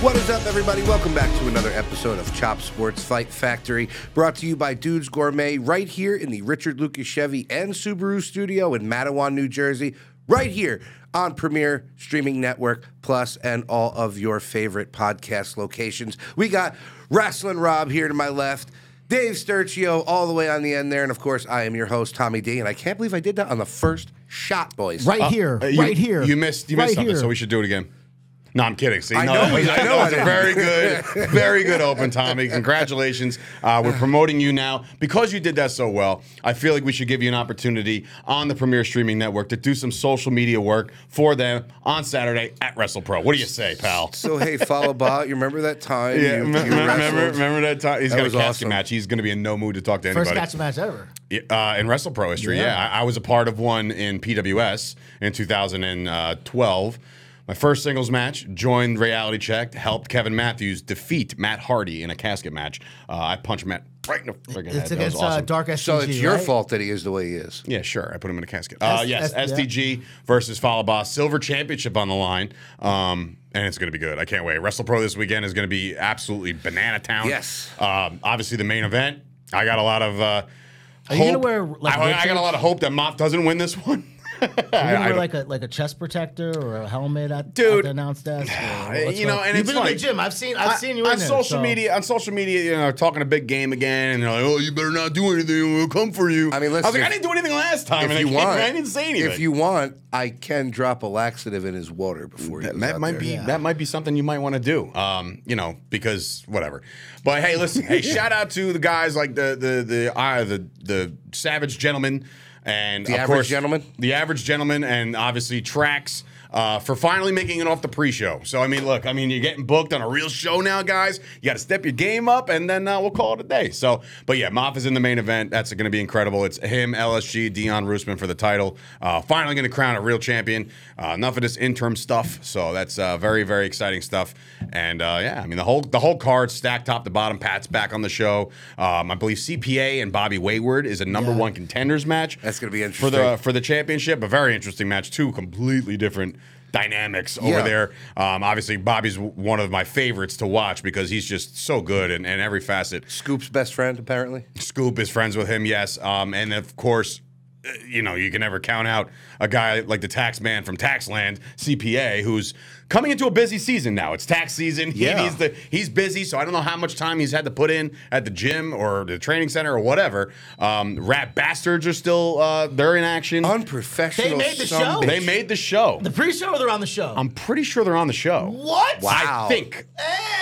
everybody? Welcome back to another episode of Chop Sports Fight Factory, brought to you by Dudes Gourmet, right here in the Richard Lucas Chevy and Subaru studio in Mattawan, New Jersey, right here on Premier Streaming Network Plus and all of your favorite podcast locations. We got Wrestling Rob here to my left. Dave Sturcio, all the way on the end there. And of course, I am your host, Tommy D. And I can't believe I did that on the first shot, boys. Right here, Uh, you- right here. You missed. You missed right something. here. So we should do it again. No, I'm kidding. See, I no, know that was- you- I that know was I a did. very good, very good open, Tommy. Congratulations. Uh, we're promoting you now because you did that so well. I feel like we should give you an opportunity on the Premier Streaming Network to do some social media work for them on Saturday at WrestlePro. What do you say, pal? So, hey, Falaba, you remember that time? Yeah, you, m- you m- remember, wrestled? remember that time? He's That got a was casket awesome. match. He's going to be in no mood to talk to anybody. First catch match ever. Yeah, uh, in WrestlePro history. Yeah, Yeah. I, I was a part of one in PWS in 2012. uh, My first singles match, joined Reality Check, helped Kevin Matthews defeat Matt Hardy in a casket match. Uh, I punched Matt right in the friggin' head. It's That was against uh, awesome. Dark SG. So it's your right? fault that he is the way he is. Yeah, sure. I put him in a casket. Uh, S- yes, S- yeah. SDG versus Falaba, silver championship on the line, um, and it's going to be good. I can't wait. Wrestle Pro this weekend is going to be absolutely banana town. Yes. Um, obviously the main event. I got a lot of. Uh, Are you gonna hope- wear, like, I, I got a Richards? lot of hope that Moff doesn't win this one. You're gonna I wear don't- like a like a chest protector or a helmet at, at Dude. the announce desk. or Uh, what's you going- know, and You've it's been funny. in the gym. I've seen I've I- seen you on in there, social so- media. On social media, you know, talking a big game again, and they're like, "Oh, you better not do anything. We'll come for you." I mean, I was listen, like, "I if- didn't do anything last time, If and you I, can't- want, I didn't say anything." If you want, I can drop a laxative in his water before he That, goes that out might there. be Yeah. that might be something you might want to do. Um, you know, because whatever. But hey, listen, hey, shout out to the guys like the the the uh, the the savage gentleman and The of average course, gentleman? the average gentleman, and obviously tracks. Uh, for finally making it off the pre-show. So I mean, look, I mean, you're getting booked on a real show now, guys. You got to step your game up, and then uh, we'll call it a day. So, but yeah, Moff is in the main event. That's going to be incredible. It's him, LSG, Dion Roosman for the title. Uh, finally going to crown a real champion. Uh, enough of this interim stuff. So that's uh, very, very exciting stuff. And uh, yeah, I mean, the whole the whole card stacked top to bottom. Pat's back on the show. Um, I believe CPA and Bobby Wayward is a number Yeah. one contenders match. That's gonna be For the interesting. for the championship. A very interesting match. Two completely different dynamics over Yeah. there. Um, obviously, Bobby's w- one of my favorites to watch because he's just so good in, in every facet. Scoop's best friend, apparently. Scoop is friends with him, yes. Um, and of course, uh, you know, you can never count out a guy like the tax man from Taxland, CPA, who's coming into a busy season now. It's tax season. He Yeah. needs the he's busy, so I don't know how much time he's had to put in at the gym or the training center or whatever. Um, rat bastards are still uh, they're in action. Unprofessional. They made the son show? bitch. they made the show. The pre-show, or they're on the show. I'm pretty sure they're on the show. what? Wow. I think.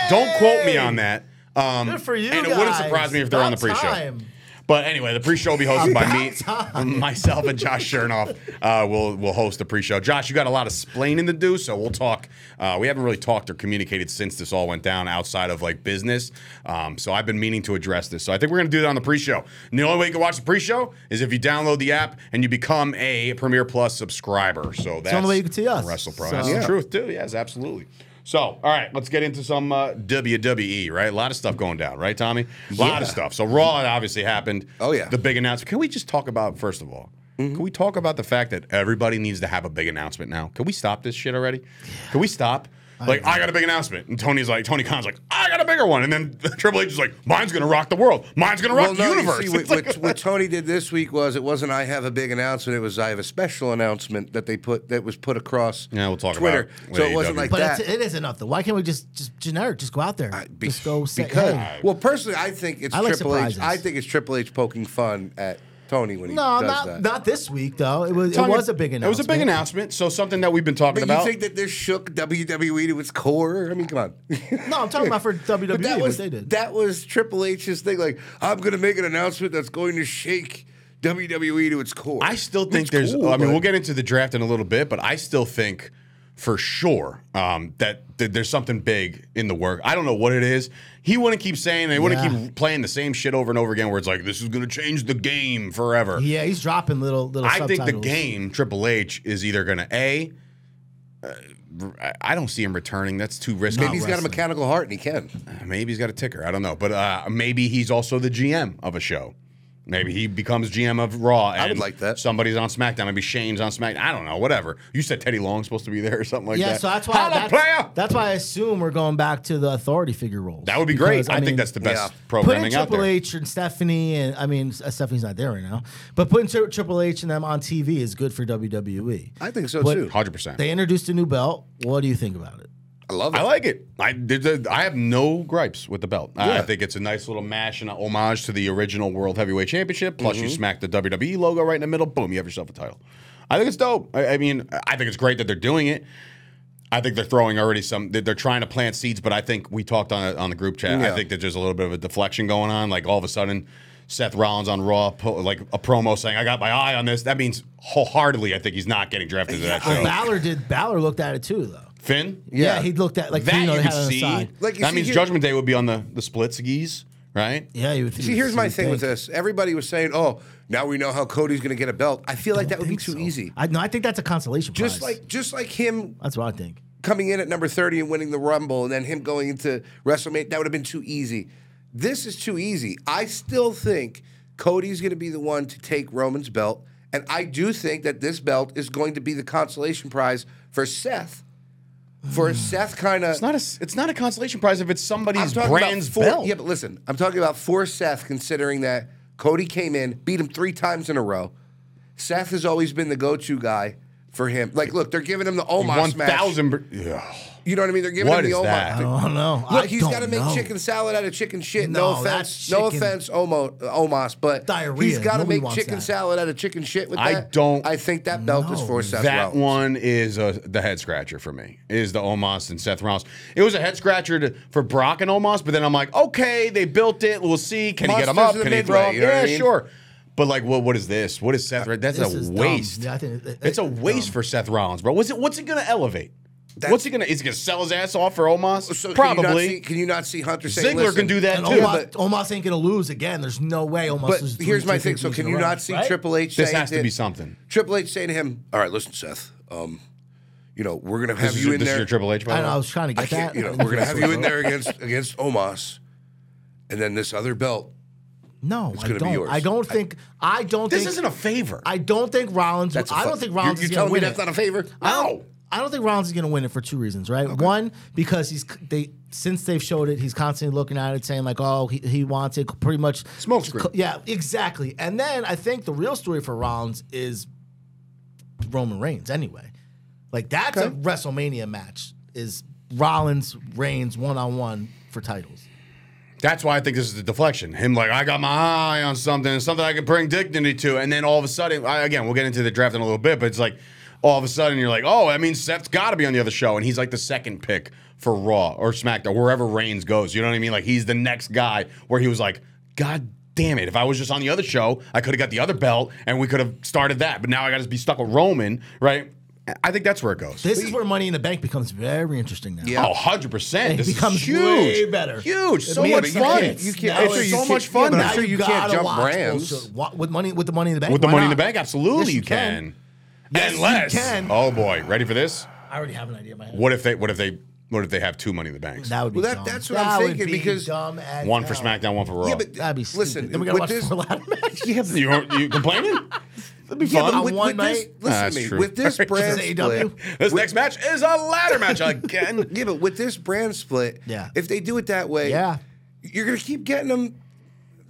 Don't quote me on that. Um, Good for you And it wouldn't surprise guys. me if they're on the About pre-show. time. But anyway, the pre-show will be hosted by me, myself, and Josh Chernoff. Uh, we'll we'll host the pre-show. Josh, you got a lot of splaining to do, so we'll talk. Uh, we haven't really talked or communicated since this all went down outside of like business. Um, so I've been meaning to address this. So I think we're gonna do that on the pre-show. And the only way you can watch the pre-show is if you download the app and you become a Premier Plus subscriber. So that's the only way you can see us. Wrestle Pro. So- That's Yeah. the truth too. Yes, absolutely. So, all right, let's get into some uh, WWE, right? A lot of stuff going down, right, Tommy? A lot Yeah. of stuff. So, Raw obviously happened. Oh, yeah. Mm-hmm. The big announcement. Can we just talk about, first of all, can we talk about the fact that everybody needs to have a big announcement now? Can we stop this shit already? Can we stop? Like, I got a big announcement. And Tony's like, Tony Khan's like, I got a bigger one. And then Triple H is like, mine's going to rock the world. Mine's going to rock Well, the no, universe. you see, It's what, like- what, what Tony did this week was it wasn't I have a big announcement. It was I have a special announcement that they put that was put across. Yeah, we'll talk about Twitter. it with so it AEW. wasn't like But that. it's, it isn't enough though. Why can't we just just generic? Just go out there. Be- just go say, because hey. well, personally, I think it's I like Triple H. surprises. I think it's Triple H poking fun at Tony when he No, does not that. not this week though. It was Tony, it was a big announcement. It was a big announcement. So, something that we've been talking but about. you think that this shook WWE to its core? I mean, come on. No, I'm talking about for WWE. But that what was they did. that was Triple H's thing. Like, I'm gonna make an announcement that's going to shake WWE to its core. I still think It's there's. cool, I mean, but- we'll get into the draft in a little bit, but I still think for sure um, that th- there's something big in the work. I don't know what it is. He wouldn't keep saying. They wouldn't Yeah. keep playing the same shit over and over again. Where it's like this is going to change the game forever. yeah, he's dropping little little. I think the subtitles. game Triple H is either going to a. uh, I- I don't see him returning. That's too risky. Maybe he's got a mechanical heart and he can. Maybe he's got a ticker. I don't know, but uh, maybe he's also the GM of a show. Maybe he becomes GM of Raw. And would like that. Somebody's on SmackDown. Maybe Shane's on SmackDown. I don't know. Whatever. You said Teddy Long's supposed to be there or something like yeah, that. so that's why Holla, that's, player. that's why I assume we're going back to the authority figure roles. That would be Because, great. I, mean, think that's the best yeah. Putting programming out Triple there. H and Stephanie, and I mean S- Stephanie's not there right now, but putting Tri- Triple H and them on TV is good for WWE. I think so But- too. 100%. They introduced a new belt. What do you think about it? I love it. I like it. I did. the- I have no gripes with the belt. I Yeah. think it's a nice little mash and a homage to the original World Heavyweight Championship. Plus, Mm-hmm. you smack the WWE logo right in the middle. Boom, you have yourself a title. I think it's dope. I, I mean, I think it's great that they're doing it. I think they're throwing already some. They're they're trying to plant seeds, but I think we talked on on the group chat. I Yeah. think that there's a little bit of a deflection going on. Like all of a sudden, Seth Rollins on Raw, po- like a promo saying, "I got my eye on this." That means wholeheartedly, I think he's not getting drafted to that Well, show. Balor did. Balor looked at it too, though. Finn, Yeah, Yeah. he looked at like that you know, you they can had it on the see. side. Like, you that see means here- Judgment Day would be on the the split skis, right? Yeah, you would. you See, would- here's you my would thing with think. this. Everybody was saying, "Oh, now we know how Cody's going to get a belt." I feel like I that would be think too so. easy. I no, I think that's a consolation prize. Just like just like him that's what I think. coming in at number 30 and winning the Rumble and then him going into WrestleMania, that would have been too easy. This is too easy. I still think Cody's going to be the one to take Roman's belt. And I do think that this belt is going to be the consolation prize for Seth. For Seth kind of. It's not a s- it's not a consolation prize if it's somebody's brand's four, belt. Yeah, but listen, I'm talking about for Seth, considering that Cody came in, beat him three times in a row. Seth has always been the go to guy for him. Like, look, they're giving him the Omos One match. thousand. br- Yeah. You know what I mean? They're giving What him the is Omos. that? I don't know. Look, I he's don't got to make know. chicken salad out of chicken shit. No, No, offense, that's no chicken- offense, Omo, uh, Omos, but Diarrhea. he's got to Nobody make wants chicken that. salad out of chicken shit. With I that, don't- I think that belt is No. for Seth That Rollins. one is a, the head scratcher for me. Is the Omos and Seth Rollins? It was a head scratcher to, for Brock and Omos, but then I'm like, okay, they built it. We'll see. Can he get him Monsters up? in the Can he throw midway, him? you know what yeah, I mean? sure. But like, what? What is this? What is Seth? Right? That's This a is dumb. waste. Yeah, I think it- it's a it's waste dumb. for Seth Rollins, bro. What's it? What's it gonna elevate? um, That's- what's he gonna? Is he gonna sell his ass off for Omos? So can you not Probably. see- Can you not see, Hunter saying, Ziggler listen, can do that And too. Omos, but- Omos ain't gonna lose again. There's no way Omos. But loses three here's my straight thing. So weeks can in a you row, not see right? Triple H? This saying has to be something. Triple H saying to him, "All right, listen, Seth. Um, you know, we're gonna have This is you your- in this is there. your Triple H. by I the know. I way? was trying to I get can't. that. You know, we're gonna have you in there against against Omos, and then this other belt. No, I gonna be don't. yours. I don't think. I don't. This think, isn't a favor. I don't think Rollins. That's a I don't fu- think Rollins You, is you gonna telling me win that's it. not a favor? No. I don't think Rollins is going to win it for two reasons, right? One, because he's they since they've showed it, he's constantly looking at it, saying like, "Oh, he, he wants it." Pretty much Smokescreen. Yeah, exactly. And then I think the real story for Rollins is Roman Reigns. Anyway, like that's a Okay. WrestleMania match is Rollins Reigns one on one for titles. That's why I think this is the deflection. Him like, I got my eye on something, something I can bring dignity to, and then all of a sudden, I, again, we'll get into the draft in a little bit, but it's like, all of a sudden, you're like, oh, I mean, Seth's got to be on the other show, and he's like the second pick for Raw or SmackDown, wherever Reigns goes. You know what I mean? Like he's the next guy where he was like, God damn it! If I was just on the other show, I could have got the other belt, and we could have started that. But now I got to be stuck with Roman, right? I think that's where it goes. This is where Money in the Bank becomes very interesting now. Yeah. Oh, 100%. It This becomes is huge. way better. Huge. So Me and much my fun. kids. You can't- Now I'm sure it's you so can't- much yeah, fun. but I'm now. sure you can't gotta jump watch brands. bullshit. Wa- With money, with the money in the bank. With the why money in the not? bank, absolutely Yes, you you can. can. Yes, you Unless, can. oh boy, ready for this? I already have an idea in my head. What if they? What if they? What if they have two money in the banks? That would be Well, that- dumb. that's what I'm would thinking be because- dumb as one for hell. SmackDown, one for Raw. Yeah, but That'd be stupid. listen. Then we gotta with watch this, four ladder matches. yeah, but- you you complaining? That'd be Yeah, fun. but with, one with this, night. listen Ah, That's to me. true. E With this brand Just AEW. split, this next match is a ladder match again. yeah, but with this brand split, Yeah. if they do it that way, Yeah. you're gonna keep getting them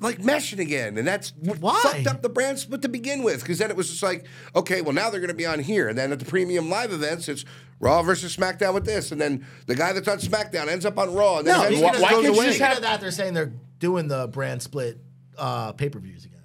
like meshing again, and that's what Why? fucked up the brand split to begin with. Because then it was just like, okay, well now they're gonna be on here, and then at the premium live events, it's Raw versus SmackDown with this, and then the guy that's on SmackDown ends up on Raw, and then No, eventually why- just why goes can't you away. just Speaking have- of that, they're saying they're doing the brand split uh, pay per views again,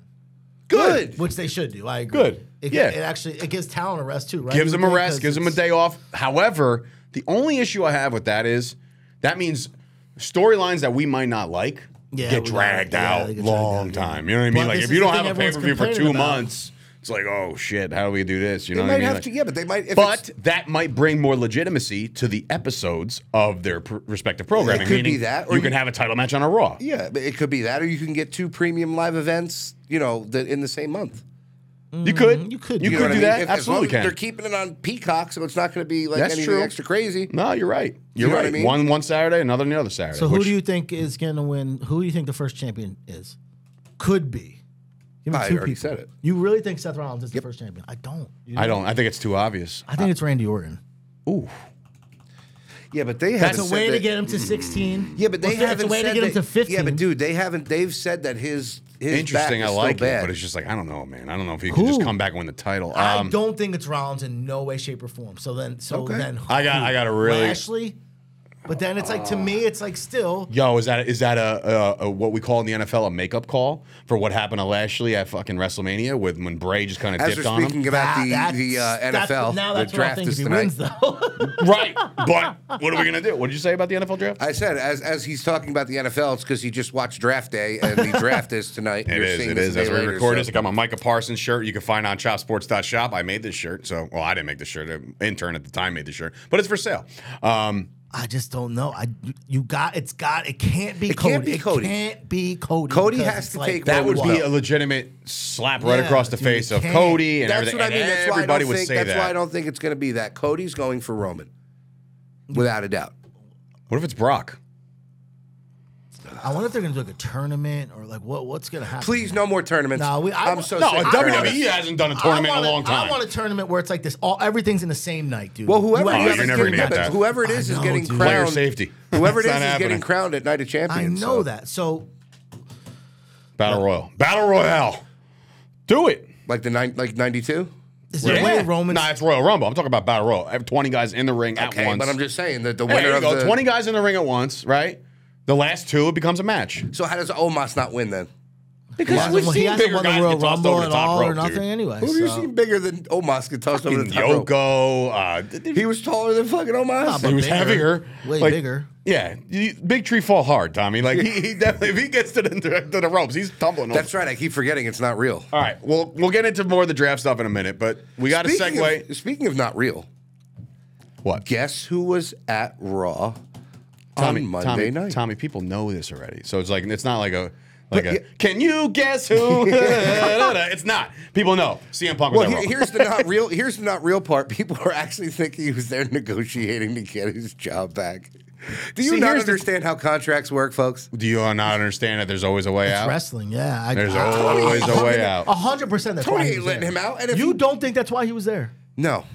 good? which they should do. I agree. Good. It, Yeah. It actually it gives talent a rest too, right? gives You them a think, rest, 'cause gives them a it's- day off. However, the only issue I have with that is that means storylines that we might not like Yeah, get we- dragged yeah, out they get dragged long out, yeah. time. You know what I mean? But like this if is you the don't thing have a pay everyone's per view for two complaining about. months, it's like oh shit, how do we do this? You They know what I might mean? have Like- to, yeah, but they might. If but it's- that might bring more legitimacy to the episodes of their pr- respective programming. could be meaning that, or you you- can have a title match on a Raw. yeah, but it could be that, or you can get two premium live events, you know, the, in the same month. Mm, You could, you could you do what that. could do I mean? that. If- as long Absolutely as can. They're keeping it on Peacock, so it's not going to be like That's anything true. extra crazy. no, you're right. You're know what right. I mean? One one Saturday, another the other Saturday. So who which- do you think is going to win? Who do you think the first champion is? Could be. Give me I two already people. said it. You really think Seth Rollins is the first champion? I don't. You I don't. I think it's too obvious. I think it's Randy Orton. Ooh. Yeah, but they That's haven't a said way to that- Mm. get him to 16. Yeah, but they Well, that's haven't a way said to get that, him to 15. Yeah, but dude, they haven't. They've said that his his Interesting. Back I is like still it, bad. but it's just like I don't know, man. I don't know if he can just Who? come back and win the title. I Um, don't think it's Rollins in no way, shape, or form. So then, so Okay. then, I got- who? I got a really- Lashley. But then it's like to me, it's like still. Yo, is that is that a, a, a what we call in the NFL a makeup call for what happened to Lashley at fucking WrestleMania with when Bray just kind of As dipped we're on speaking him? about Ah, the that's- the uh, that's- NFL, now the that's what I draft think if is he tonight. wins, though. right, but what are we gonna do? What did you say about the NFL draft? I said as as he's talking about the NFL, it's because he just watched draft day and the draft is tonight. It You're is. seeing It this is. a day As we later, record so- this, I got my Micah Parsons shirt. You can find on shopsports.shop. I made this shirt. So, well, I didn't make the shirt. An intern at the time made the shirt, but it's for sale. Um, I just don't know. I you got it's got it can't be It Cody. can't be Cody. It can't be Cody. Cody because has it's to like- take that would Well, be a legitimate slap right Yeah, across the dude, face you of can't. Cody and That's everything. what I mean. And That's why I everybody don't would think. say That's that. why I don't think it's going to be that. Cody's going for Roman, without a doubt. What if it's Brock? I wonder if they're gonna do like a tournament or like what what's gonna happen. Please, no more tournaments. No, we- I- am so No, sick. of WWE tournaments. E hasn't done a tournament I want in a long time. I want a tournament where it's like this. All everything's in the same night, dude. Well, whoever, You Oh, have- you're whoever's never getting- gonna get that. whoever it is I is know, getting dude. crowned. Player safety. Whoever it is It's not is happening. getting crowned at Night of I Champions. know so. that. So Battle Royal. Battle Royale. Do it. Like the nine, like ninety two. is there a way Roman? Nah, it's Royal Rumble. I'm talking about Battle Royal. I have 20 guys in the ring at Okay, once. but I'm just saying that the Hey, winner there you of go. the 20 guys in the ring at once, right? The last two, it becomes a match. So how does Omos not win then? Because Well, well, he hasn't won the Royal Rumble at all or nothing anyway. Who have you so- seen bigger than Omos get tossed over the Fucking top rope? Yoko. Uh, th- th- He was taller than fucking Nah, Omos. but he was bigger. heavier. Way Like, bigger. Yeah. you- big tree fall hard, Tommy. Like, he, he definitely, if he gets to the, to the ropes, he's tumbling over. That's right. I keep forgetting it's not real. All right. We'll, we'll get into more of the draft stuff in a minute, but we got to Speaking segue. Of, speaking of not real, what? guess who was at Raw on Monday Tommy, night? Tommy, people know this already. So it's like it's not like a like a yeah- can you guess who? it's not. People know. CM Punk Well, was at he- Raw. here's the not real. Here's the not real part. People are actually thinking he was there negotiating to get his job back. Do you See, not here's the- understand how contracts work, folks? Do you not understand that there's always a way out? Wrestling, yeah. I, There's I- always a way out. A hundred percent. That's Tony why he ain't was letting there. him out, and if you he- don't think that's why he was there. No,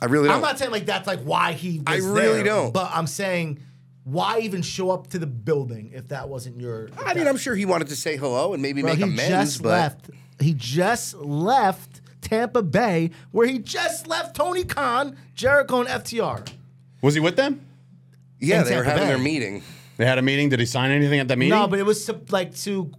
I really don't. I'm not saying like that's like why he. Was I really there, don't. But I'm saying, why even show up to the building if that wasn't your? I mean, I'm sure he wanted to say hello and maybe Bro, make he amends, just but left. He just left Tampa Bay, where he just left Tony Khan, Jericho, and FTR. Was he with them? yeah, In they were Tampa having Bay. their meeting. They had a meeting. Did he sign anything at that meeting? No, but it was to, like to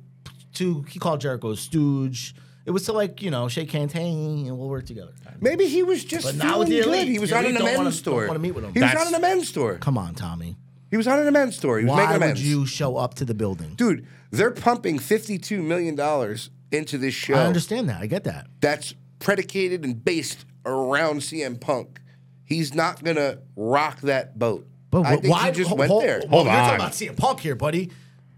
to he called Jericho a stooge. It was to like you know shake hands, hey, and we'll work together. Maybe he was just But feeling now with the good. elite, He was the on elite an don't wanna- amends don't tour. wanna meet with him. He was That's- on an amends tour. Come on, Tommy. He was on an amends tour. He was making Why would amends. you show up to the building? Dude, they're pumping fifty-two million dollars into this show. I understand that. I get that. that's predicated and based around CM Punk. He's not gonna rock that boat. But I wh- think why he just hold, went hold, there. Hold on. You're on. talking about CM Punk here, buddy.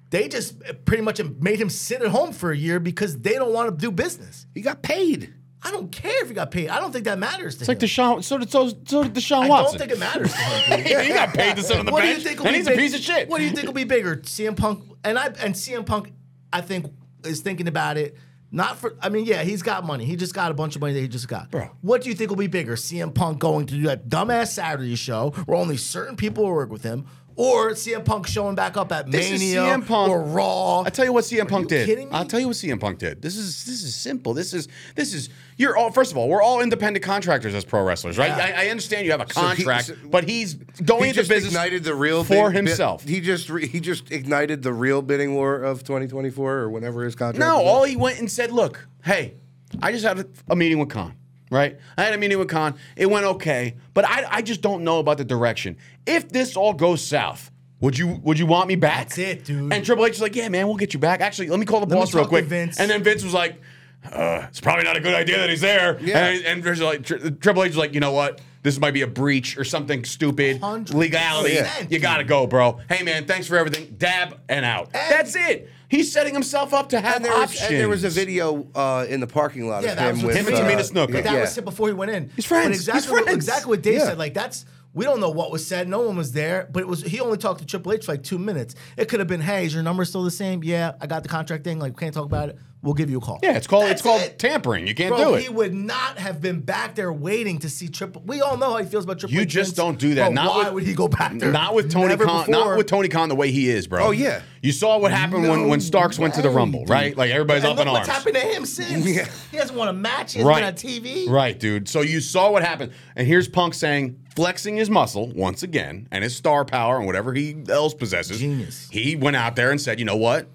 They just uh, pretty much made him sit at home for a year because they don't want to do business. He got paid. I don't care if he got paid. I don't think that matters to it's like him. Deshaun. So did so, so did Deshaun I Watson. don't think it matters to him. dude. he got paid to sit on the what do bench, you think? will and be he's a big- piece of shit. What do you think will be bigger, CM Punk? And I and CM Punk, I think is thinking about it. Not for, I mean, yeah, he's got money. He just got a bunch of money that he just got. Bro. What do you think will be bigger, CM Punk going to do that dumbass Saturday show where only certain people will work with him, or CM Punk showing back up at This is Mania CM Punk. or Raw? I tell you what CM Punk you did. kidding me? I'll tell you what CM Punk did. This is this is simple. This is this is you're all first of all, we're all independent contractors as pro wrestlers, right? Yeah. I, I understand you have a he- contract, so- but he's going he into just business ignited the real for bid- bid- himself. he just re- he just ignited the real bidding war of 2024 or whenever his contract. No, was up. all he went and said, "Look, hey, I just had a, a meeting with Khan, right? I had a meeting with Khan. It went okay, but I, I just don't know about the direction. If this all goes south." Would you would you want me back? That's it, dude. And Triple H is like, yeah, man, we'll get you back. Actually, let me call the Let me boss real talk to quick. Vince. And then Vince was like, uh, it's probably not a good idea that he's there. Yeah. And, and Vince was like, tri- Triple H is like, you know what? This might be a breach or something stupid. 100%, Legality. You dude. got to go, bro. Hey, man, thanks for everything. Dab and out. That's it. He's setting himself up to have and there, was, and there was a options. video uh, in the parking lot Yeah, of that him was with what Him and uh, Tamina Snuka. Yeah, But that was it before he went in. He's friends. But He's exactly, what- friends. exactly what Dave Yeah. said. Like that's we don't know what was said. No one was there. But it was he only talked to Triple H for like two minutes. It could have been, hey, is your number still the same? Yeah, I got the contract thing. Like can't talk about it. we'll give you a call. Yeah, it's called That's it's called it. tampering. You can't Bro, do he it. would not have been back there waiting to see Triple. We all know how he feels about Triple. You H just wins. don't do that. Bro, Not why with- would he go back there? Not with Tony Never Khan. before. Not with Tony Khan the way he is, bro. Oh, yeah. You saw what happened when No when Starks went to the way, Rumble, dude. right? Like everybody's And up look in arms. What's happened to him since? Yeah. He hasn't won a match. He hasn't Right. been on TV. Right, dude. So you saw what happened. And here's Punk saying, flexing his muscle once again and his star power and whatever he else possesses. Genius. He went out there and said, you know what?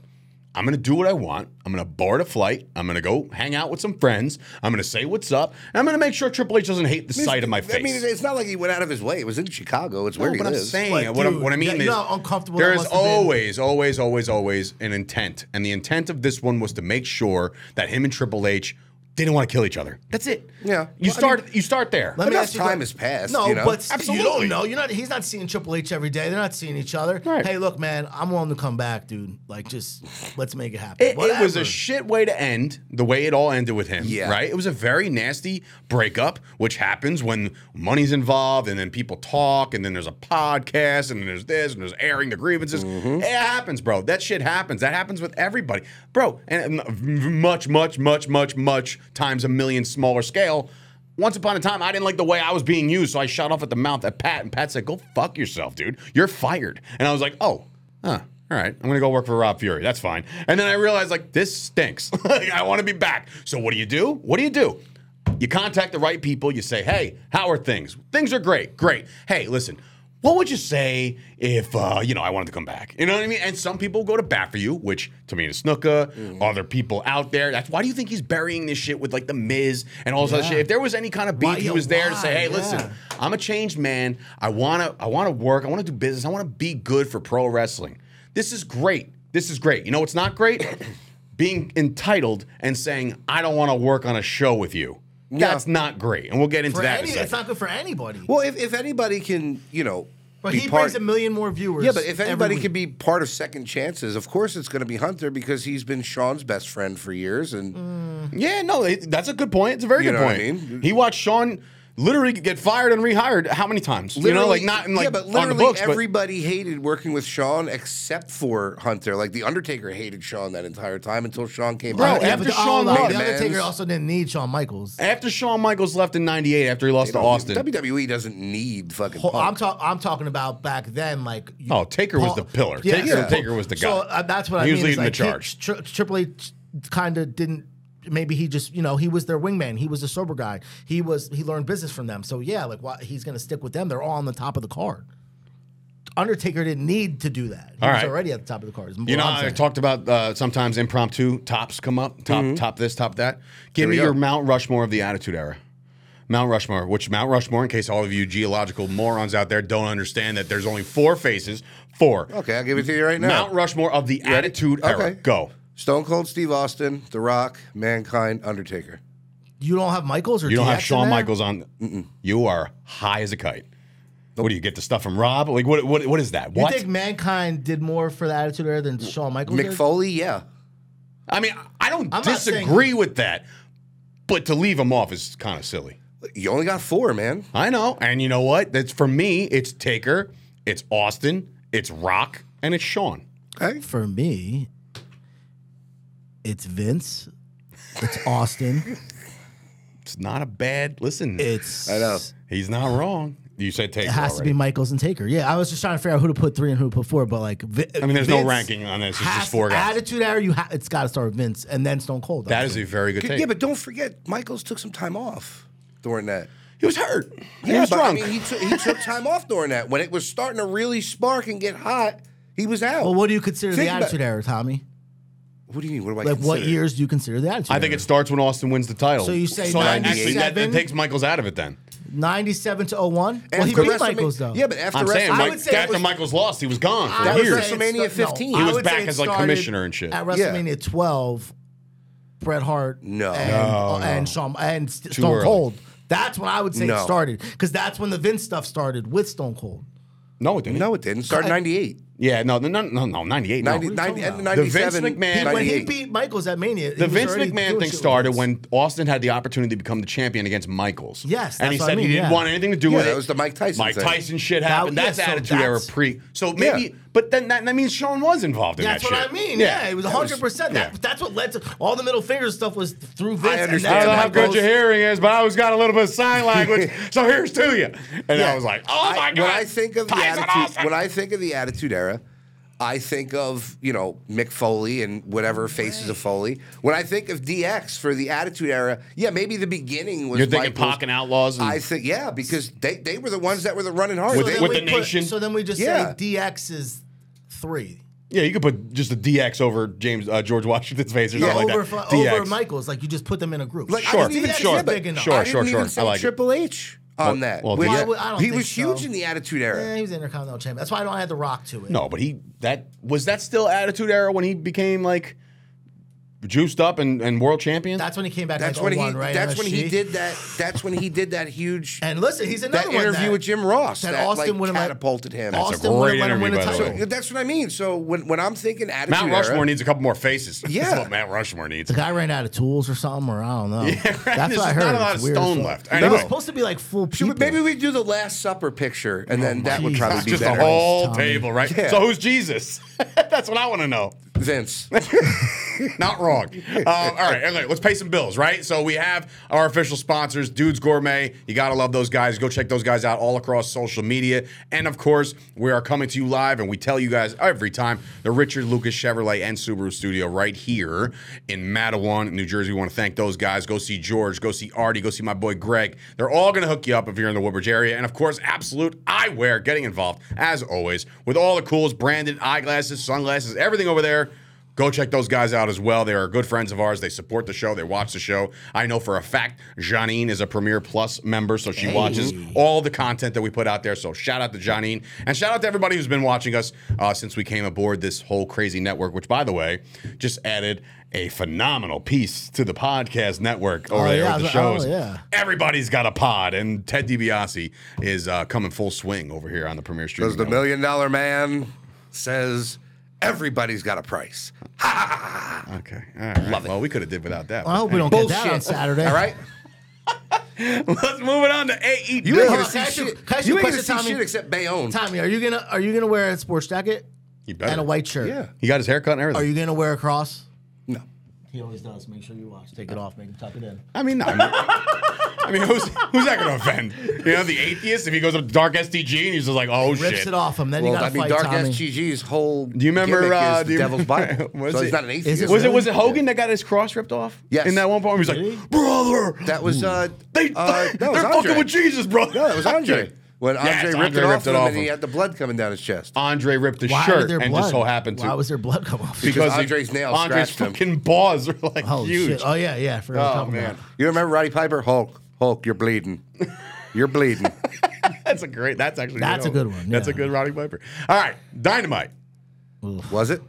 I'm going to do what I want. I'm going to board a flight. I'm going to go hang out with some friends. I'm going to say what's up. And I'm going to make sure Triple H doesn't hate the sight of my face. I mean, it's not like he went out of his way. It was in Chicago. It's where No, he but I'm lives. saying Like, what, I, dude, what I mean yeah, you is know how uncomfortable there that is must have been? always, always, always, always an intent, and the intent of this one was to make sure that him and Triple H didn't want to kill each other. That's it. Yeah. you Well, I start. you start there. Let me Enough ask you time this. has passed, No, you know? but still, you don't Absolutely. know. You're not. He's not seeing Triple H every day. They're not seeing each other. Right. Hey, look, man, I'm willing to come back, dude. Like, just let's make it happen. It, it was Whatever. a shit way to end the way it all ended with him. Yeah. Right? It was a very nasty breakup, which happens when money's involved and then people talk and then there's a podcast and then there's this and there's airing the grievances. It happens, bro. That shit happens. That happens with everybody. Bro, and m- much, much, much, much, much times a million smaller scale. Once upon a time, I didn't like the way I was being used, so I shot off at the mouth at Pat, and Pat said, Go fuck yourself, dude. You're fired. And I was like, Oh, huh, all right, I'm gonna go work for Rob Fury. That's fine. And then I realized like this stinks. Like, I want to be back. So what do you do? What do you do? You contact the right people. You say, hey, how are things? Things are great, great. Hey, listen. What would you say if uh, you know I wanted to come back? You know what I mean. And some people go to bat for you, which to me is snooka. Mm. Other people out there. That's why do you think he's burying this shit with like the Miz and all this other Yeah. shit? If there was any kind of beef, Why- he yeah, was there to why? say, hey, Yeah. listen, I'm a changed man. I wanna I wanna work. I wanna do business. I wanna be good for pro wrestling. This is great. This is great. You know what's not great? Being entitled and saying, I don't wanna work on a show with you. That's not great. And we'll get into For that any- in a it's second. not good for anybody. well, if, if anybody can, you know, but be he part- brings a million more viewers. Yeah, but if every anybody week. can be part of second chances, of course it's going to be Hunter because he's been Sean's best friend for years, and Yeah, no, it, that's a good point. It's a very You good know point. what I mean? He watched Sean literally get fired and rehired how many times? you know, Literally- like not in like yeah, but on the literally books, but everybody hated working with Sean except for Hunter. Like the Undertaker hated Sean that entire time until Sean came Bro, back. yeah, after but the- Shawn oh, no, Michaels- the Undertaker also didn't need Shawn Michaels. after Shawn Michaels left in '98 after he lost to Austin. WWE E doesn't need fucking. Ho- I'm Punk. talking. I'm talking about back then, like you- Oh, Taker was the pillar. Taker- Taker was the So guy. uh, that's what He I was mean. is, leading the like, charge. Tri- Triple H kind of didn't. Maybe he just, you know, he was their wingman. He was a sober guy. He was he learned business from them. So yeah, like why, he's going to stick with them. They're all on the top of the card. Undertaker didn't need to do that. He All was right. already at the top of the card. is You what know, I'm I saying. Mm-hmm. talked about uh, sometimes impromptu tops come up, top, top this, top that. Give me we go. your Mount Rushmore of the Attitude Era. Mount Rushmore, which Mount Rushmore, in case all of you geological morons out there don't understand that there's only four faces, four. Oh, okay, I'll give it to you right now. Mount Rushmore of the Attitude Era. Okay. Go. Stone Cold Steve Austin, The Rock, Mankind, Undertaker. you don't have Michaels or You don't DX have in Shawn there? Michaels on. You are high as a kite. What do you get the stuff from Rob? Like what? What? What is that? You What? think Mankind did more for the Attitude Era than Shawn Michaels? Mick did? Foley, yeah. I mean, I don't not saying- disagree with that, but to leave him off is kind of silly. You only got four, man. I know. And you know what? That's for me, it's Taker, it's Austin, it's Rock, and it's Sean. Okay. For me, it's Vince, it's Austin, It's not a bad listen. it's I know. he's not wrong. You said Taker. It has to already. be Michaels and Taker. Yeah, I was just trying to figure out who to put three and who to put four, but like, Vi- I mean, there's no Vince ranking on this. It's has- just four guys. Attitude era, you ha- it's got to start with Vince and then Stone Cold. That is a very good take. Yeah, but don't forget, Michaels took some time off during that. he was hurt. He yeah, was but drunk. I mean, he, took he took time off during that. When it was starting to really spark and get hot, he was out. well, what do you consider the Think about- Attitude Era, Tommy? What do you mean? What do I Like, what consider? years do you consider the Attitude? I think it starts when Austin wins the title. So you say that- actually that, that 97? takes Michaels out of it then. ninety-seven to 01? Well, After he beat WrestleMania- Michaels though. Yeah, but after I'm saying WrestleMania- I Mike, would say it after was- Michaels lost, he was gone for I would years. say it WrestleMania sta- no, 15. I He was would say back it as, like, started commissioner and shit. At WrestleMania 12, Bret Hart No. and, No, no. and Shawn and St- Too Stone early. Cold. That's when I would say it No. started because that's when the Vince stuff started with Stone Cold. no, it didn't. No, it didn't. Start in 98. Yeah, no, no, no, no, no 98. no. 90, 90, talking and about? The 97. Vince McMahon- He, when he 98. beat Michaels at Mania, he The was Vince already McMahon doing thing shit with started Vince. when Austin had the opportunity to become the champion against Michaels. Yes, and he that's what said I he mean, didn't yeah. want anything to do Yeah, with it. that was the Mike Tyson Mike thing. Tyson shit That- happened. yeah, that's so attitude era that's- pre. So maybe Yeah. But then that, that means Sean was involved in That's that what shit. I mean. Yeah, it was that was- 100. percent yeah. that, That's what led to all the middle finger stuff was through Vince. and understand. I that's don't know how what good goes- your hearing is, but I always got a little bit of sign language. so here's to you. And I Yeah. was like, oh my I- God. When I think of the Tyson attitude, Austin. when I think of the attitude era, I think of you know Mick Foley and whatever faces of Foley. When I think of DX for the attitude era, yeah, maybe the beginning was. You're thinking Michaels. Pac and Outlaws and- I think yeah, because they, they were the ones that were the running hard. With So then with we the put- nation. So then we just Yeah. say DX is three. yeah, you could put just a DX over James uh, George Washington's face or Yeah, something over, like that. fi- DX. over Michaels, like you just put them in a group. Like, Sure, I didn't even sure, yeah, but big enough. I sure, didn't sure, even sure. say I like it. Triple H on that. well, which- yeah. I would- I don't he think was huge so. in the attitude era. Eh, he was Intercontinental Champion. That's why I don't add the Rock to it. No, but he that was that still Attitude Era when he became like juiced up and, and world champion. That's when he came back. That's like when 01, he. right? That's when he MSG. did that. That's when he did that huge. And listen, he's another that one interview that- with Jim Ross that that, Austin like, wouldn't let- catapulted him. That's a Austin wouldn't great let him win a interview, by the title. way. So that's what I mean. So when, when I'm thinking attitude Mount Rushmore era, needs a couple more faces. That's Yeah. what Mount Rushmore needs. The guy ran out of tools or something, or I don't know. That's There's what I just heard. Not a lot It's of weird as stone fuck. left. It I was know. supposed to be like full Should we- people. maybe we do the Last Supper picture, and then that would Jesus. probably be Just better. the whole Tommy. table, right? Yeah. So who's Jesus? That's what I want to know. Vince, Not wrong. Um, all right, anyway, let's pay some bills, right? So we have our official sponsors, Dudes Gourmet. You gotta love those guys. Go check those guys out all across social media, and of course, we are coming to you live, and we tell you guys every time the Richard Lucas Chevrolet and Subaru Studio right here in Mattawan, New Jersey. We want to thank those guys. Go see George. Go see Artie. Go see my boy Greg. They're all gonna hook you up if you're in the Woodbridge area, and of course, Absolute Eyewear getting involved as always with all the coolest branded eyeglasses, sunglasses, everything over there. Go check those guys out as well. They are good friends of ours. They support the show. They watch the show. I know for a fact Janine is a Premier Plus member, so she watches all the content that we put out there. So shout out to Janine and shout out to everybody who's been watching us uh, since we came aboard this whole crazy network. Which, by the way, just added a phenomenal piece to the podcast network over Oh, there yeah, with the I was- shows. oh, yeah. Everybody's got a pod, and Ted DiBiase is uh, coming full swing over here on the Premier Street. because the Million Dollar Man says everybody's got a price. Okay, all right. Well, we could have did without that. I hope we don't get that on Bullshit. Saturday. All right, Let's move it on to E. AEW. you ain't gonna Can see I ask you- shit. can I ask You you a ain't gonna question, see shit Tommy? except Bayonne. Tommy, are you gonna are you gonna wear a sports jacket He better. and a white shirt? Yeah, He got his haircut and everything. Are you gonna wear a cross? no. He always does. Make sure you watch. Take it off. Make him tuck it in. I mean, no, I mean, I mean, who's who's that going to offend? You know, the atheist. If he goes up to Dark SDG and he's just like, oh Rips shit. it off him. Then Well, you gotta I mean, fight Dark Tommy. SGG's whole do you remember, uh, is do the you- Devil's Bible? was so it- he's not an is it- atheist. Was it was it Really? Hogan that got his cross ripped off? Yes. In that one part, where he was like, Really? brother, That was uh, they uh, that was they're Andre. fucking with Jesus, bro. No, that was Andre. When Andre Yes, ripped Andre it off, ripped it him off and he him. had the blood coming down his chest. Andre ripped his Why was shirt there and blood? just so happened to Why was there blood come off? Because he- Andre's nail Andre's scratched him. fucking paws are like Oh huge. shit! Oh yeah, yeah. I forgot Oh, about man. that. You remember Roddy Piper? Hulk, Hulk, you're bleeding. You're bleeding. That's a great. That's actually That's a good one, That's yeah. a good Roddy Piper. All right, Dynamite. Was it?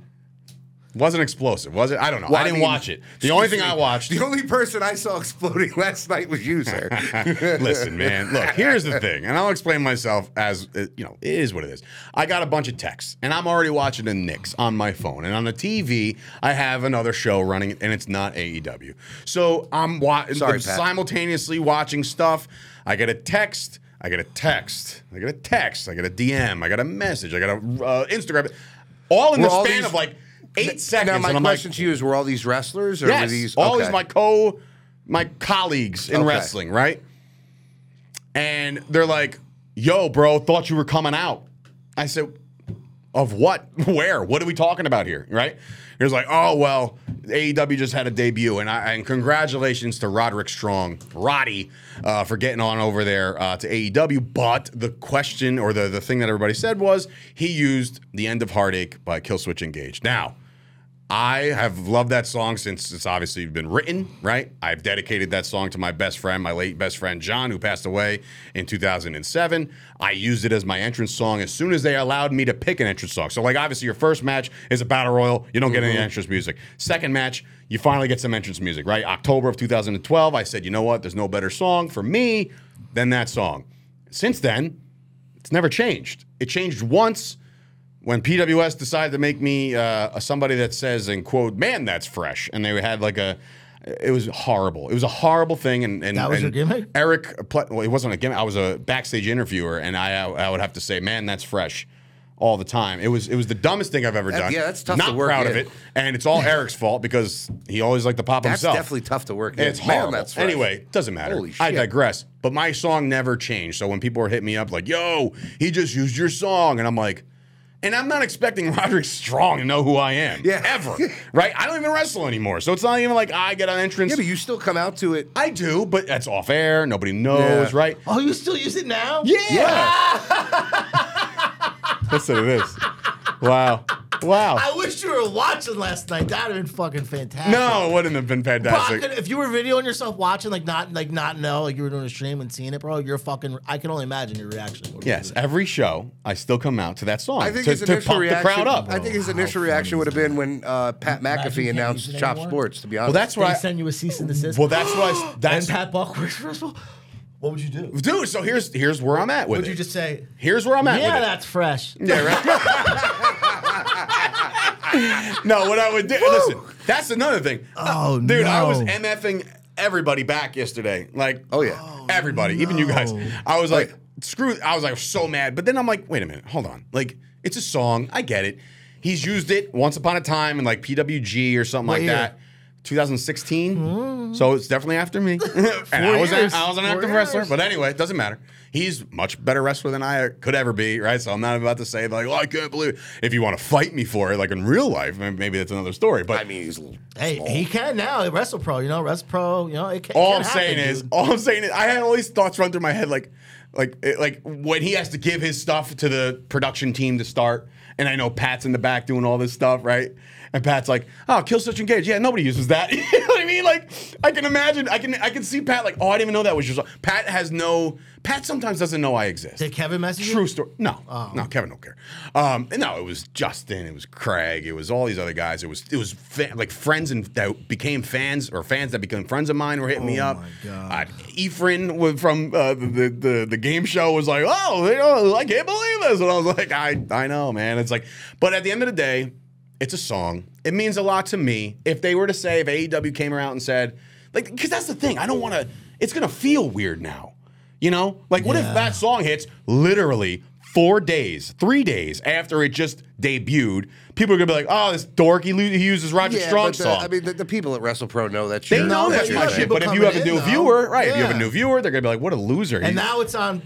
Wasn't explosive, was it? I don't know. Well, I didn't mean, watch it. The only excuse thing I me, watched. The only person I saw exploding last night was you, sir. Listen, man. Look, here's the thing, and I'll explain myself as uh, you know. It is what it is. I got a bunch of texts, and I'm already watching the Knicks on my phone, and on the TV I have another show running, and it's not AEW. So I'm, wa- Sorry, I'm Pat. simultaneously watching stuff. I get a text. I get a text. I get a text. I get a DM. I get a message. I get a uh, Instagram. All in Were the all span these- of like eight seconds. now, my and I'm like, question to you is: Were all these wrestlers, or were Yes, these always okay. my co, my colleagues in Okay. wrestling, right? And they're like, "Yo, bro, thought you were coming out." I said, "Of what? Where? What are we talking about here?" Right? He was like, "Oh well, AEW just had a debut, and I, and congratulations to Roderick Strong, Roddy, uh, for getting on over there uh, to AEW." But the question or the the thing that everybody said was he used "The End of Heartache" by Killswitch Engage. Now. I have loved that song since it's obviously been written, right? I've dedicated that song to my best friend, my late best friend John, who passed away in 2007. I used it as my entrance song as soon as they allowed me to pick an entrance song. So, like, obviously, your first match is a battle royal, you don't get any entrance music. Second match, you finally get some entrance music, right? October of 2012, I said, you know what? There's no better song for me than that song. Since then, it's never changed. It changed once when PWS decided to make me uh, somebody that says and quote, "Man, that's fresh," and they had like a, it was horrible. It was a horrible thing. And, and That was and your gimmick? Eric, Pl- well, it wasn't a gimmick. I was a backstage interviewer, and I I would have to say, "Man, that's fresh." all the time. It was it was the dumbest thing I've ever That- done. yeah, that's tough Not to work proud of in. it, and it's all Eric's fault because he always liked to pop That's himself. definitely tough to work. in. It's Man, horrible. that's rough. anyway, doesn't matter. Holy I shit. digress. But my song never changed. So when people were hitting me up like, "Yo, he just used your song," and I'm like, and I'm not expecting Roderick Strong to know who I am. Yeah. ever. right? I don't even wrestle anymore, so it's not even like I get an entrance. Yeah, but you still come out to it. I do, but that's off air. Nobody knows, Yeah. right? Oh, you still use it now? that's what it is. Wow, wow. I wish you were watching last night. That'd have been fucking fantastic. no, it wouldn't have been Bro, I fantastic. could- if you were videoing yourself watching, like not like not know, like you were doing a stream and seeing it, bro, you're fucking. I can only imagine your reaction. Yes, every show I still come out to that song I think to, his to initial pump reaction. the crowd up. I think his How initial funny reaction is would have been when uh, Pat Imagine McAfee can't announced use it Chop anymore. Sports. To be honest, well, that's They what I. send you a cease and desist. well, that's what I. That's and Pat Buck. First of all, what would you do? dude. So here's here's where I'm at with Would it. you just say? here's where I'm at. Yeah, with it. that's fresh. Yeah, right. no, what I would do. Listen, that's another thing. Uh, Oh, dude, I was no. mfing everybody back yesterday. Like, Oh, yeah. Oh, everybody, even you guys. no. I was like, screw. I was like so mad, but then I'm like, wait a minute, hold on. Like, it's a song. I get it. He's used it once upon a time in like PWG or something What like year? that. 2016. So it's definitely after me. and I was, years. I was an Mm-hmm. Four active wrestler, years. but anyway, it doesn't matter. He's much better wrestler than I could ever be, right? So I'm not about to say like, oh, I can't believe. It. If you want to fight me for it, like in real life, may- maybe that's another story. But I mean, he's a little. Hey, he can now. WrestlePro, you know, WrestlePro, you know, it can, all it I'm can saying happen, is, dude. all I'm saying is, I had all these thoughts run through my head, like, like, it- like when he has to give his stuff to the production team to start, and I know Pat's in the back doing all this stuff, right? And Pat's like, "Oh, kill switch engage." Yeah, nobody uses that. you know what I mean? Like, I can imagine, I can, I can see Pat like, "Oh, I didn't even know that was your song." Pat has no. Pat sometimes doesn't know I exist. Did Kevin message you? Oh. True story. No, no, Kevin don't care. Um, and no, it was Justin, it was Craig, it was all these other guys. It was it was fa- like friends and that became fans or fans that became friends of mine were hitting me up. Oh my God. Uh, Ephraim was from uh, the, the the game show was like, oh, you know, I can't believe this, and I was like, I I know, man. It's like, but at the end of the day, it's a song. It means a lot to me. If they were to say, if AEW came around and said, like, because that's the thing, I don't want to. It's gonna feel weird now. You know, like what if Yeah. that song hits literally four days, three days after it just debuted? People are gonna be like, "Oh, this dork, he, lo- he uses Roger Yeah, Strong but the- song." I mean, the, the people at WrestlePro know that. they shit. know No, that's but my you got shit. But if you people have a new coming in, viewer, though. right? If you have a Yeah. new viewer, they're gonna be like, "What a loser!" And He's- now it's on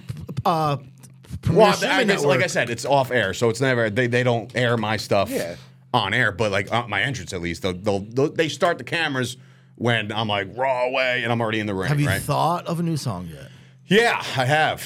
uh, Premier well, I Streaming guess, like I Network. said, it's off air, so it's never they, they don't air my stuff Yeah. on air. But like uh, my entrance, at least they'll, they'll, they'll they start the cameras when I'm like raw away and I'm already in the ring. Have you right? thought of a new song yet? yeah, I have.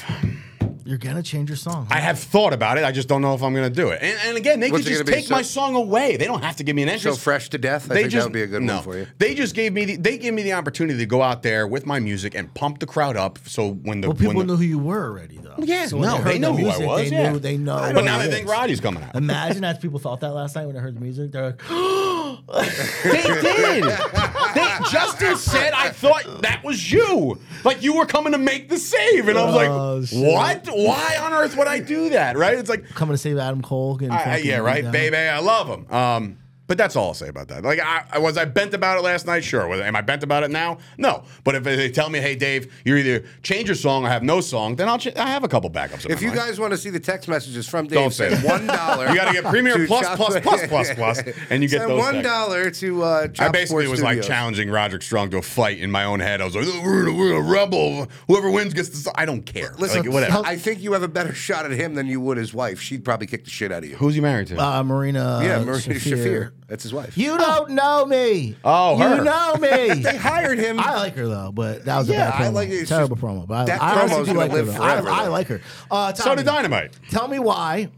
You're gonna change your song. I have thought about it. I just don't know if I'm going to do it. And, and again, they What's could it just gonna be? take my So- song away. They don't have to give me an so entrance. fresh to death. I they think just that would be a good no. one for you. They just gave me the, they gave me the opportunity to go out there with my music and pump the crowd up. So when the well, people when the, knew who you were already, though. yeah So when no heard they the know who I music, was They yeah. knew. They know. but who now it they is. think Roddy's coming out. Imagine as people thought that last night when I heard the music. They're like, They did. They, Justin said, "I thought that was you. Like you were coming to make the save," and I Oh, was shit. like, "What? Why on earth would I do that?" Right? It's like, coming to save Adam Cole. getting I- I- fucking yeah, beat right, down. baby. I love him. Um, but that's all I'll say about that. Like, I, I was I bent about it last night. Sure. Was, am I bent about it now? No. But if they tell me, "Hey, Dave, you're either change your song or have no song," then I'll ch- I have a couple backups. in If my you mind. guys want to see the text messages from Dave, Don't say send that. one dollar. You gotta get Premier to Plus, Chop- plus, plus, plus, plus, and you get Send those one texts. dollar to. Uh, Chop I basically Sports was like Studios. challenging Roderick Strong to a fight in my own head. I was like, we're, we're a rebel. Whoever wins gets the. s-" I don't care. Listen, like, whatever. I think you have a better shot at him than you would his wife. She'd probably kick the shit out of you. Who's he married to? Uh, Marina. yeah, Maria Shafir. Shafir. That's his wife. You don't know me. Oh, her. You know me. they hired him. I like her though, but that was Yeah, a bad I promo. like it. It's Terrible just- promo. But that I, I honestly promo's do gonna like her. live though. I, forever, I though. like her. Uh, so Tommy, um, did Dynamite. Tell me why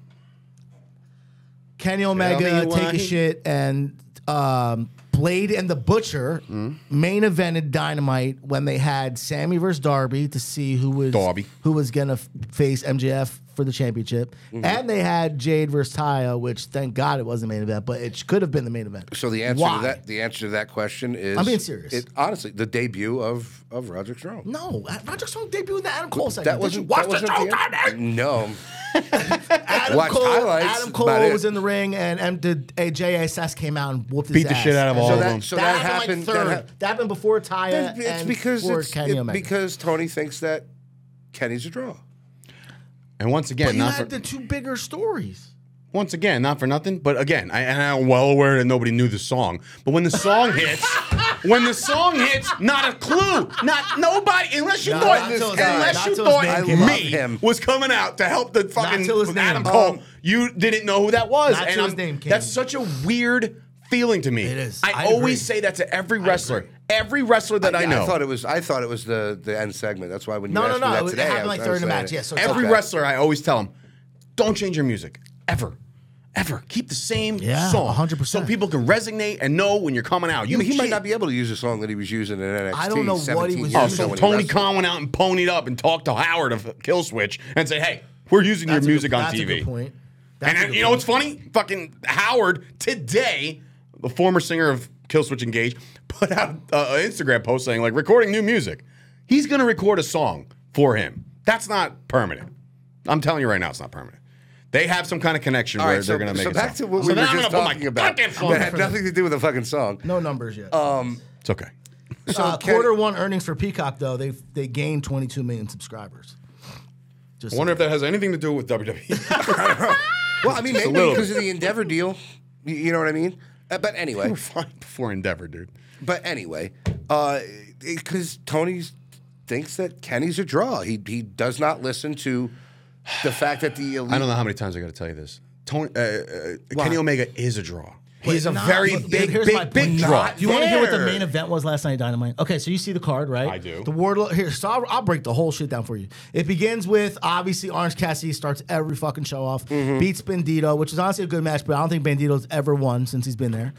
Kenny Tell Omega me take why. a shit and um, Blade and the Butcher Hmm? main evented Dynamite when they had Sammy versus Darby to see who was Darby. who was gonna f- face MJF for the championship, Mm-hmm. and they had Jade versus Taya, which thank God it wasn't the main event, but it could have been the main event. So the answer Why? to that the answer to that question is I'm being serious. It, honestly, the debut of of Roderick Strong. No, Roderick Strong debuted in the Adam Cole segment. That wasn't Did you watch that wasn't the show, the Dynamite? answer. No. Adam Watched Cole, highlights, Adam that's about Cole it. was in the ring, and M- did AJSS came out and whooped his Beat the ass. shit out of And all So of that- them. so that happened- Happened like third. that hap- that happened before Taya. It's and because before it's, Kenny it- Omega. because Tony thinks that Kenny's a draw. And once again, but you not had for, the two bigger stories. once again, not for nothing, but again, I, and I'm well aware that nobody knew the song. But when the song hits, when the song hits, not a clue, not nobody, unless you No, thought, not till his- unless not you till his name thought came up. me I love him. was coming out to help the fucking till his Adam name. Cole, Um, you didn't know who that was. not and till his I'm- name came. That's such a weird feeling to me. It is. I I, always agree. say that to every wrestler, every wrestler that I, Yeah, know. I thought it was. I thought it was the the end segment. That's why when you No, no, asked me no, it that was- it today, happened I like was- I during was the saying match, it. yeah, so it's Every Okay. wrestler, I always tell them, don't change your music ever, ever. Keep the same Yeah, song, 100%. So people can resonate and know when you're coming out. You he might shit. not be able to use the song that he was using in NXT. I don't know what he 17 was years ago Oh, using. when so he Tony wrestled. Khan went out and ponied up and talked to Howard of Killswitch and said, "Hey, we're using That's a your music good- on that's TV." A good point. That's And a then, good you know point. what's funny? Fucking Howard today, the former singer of Killswitch Engage, put out uh, an Instagram post saying like recording new music. He's gonna record a song for him. That's not permanent. I'm telling you right now, it's not permanent. They have some kind of connection All where right, they're so, gonna make. so a back to song. what So we were then I'm just gonna put my talking about. goddamn phone That in had front of nothing to do with the fucking song. No numbers yet. Uh, me. It's okay. So uh, Ken- quarter one earnings for Peacock though they they gained 22 million subscribers. Just I wonder if that has anything to do with E. WWE. Well, I mean, Just maybe a little because bit. of the Endeavor deal. You, you know what I mean? Uh, but anyway, We're fine before Endeavor, dude. but anyway, uh, because Tony's thinks that Kenny's a draw. He he does not listen to the fact that the elite I don't know how many times I got to tell you this. Tony uh, uh, Why? Kenny Omega is a draw. But He's a not- very but- but big, here's my point. big, big draw. Not You want to hear what the there. main event was last night, at Dynamite? Okay, so you see the card, right? I do. The Wardlow here. So I'll, I'll break the whole shit down for you. It begins with obviously Orange Cassidy starts every fucking show off, Mm-hmm. beats Bandito, which is honestly a good match, but I don't think Bandito's ever won since he's been there.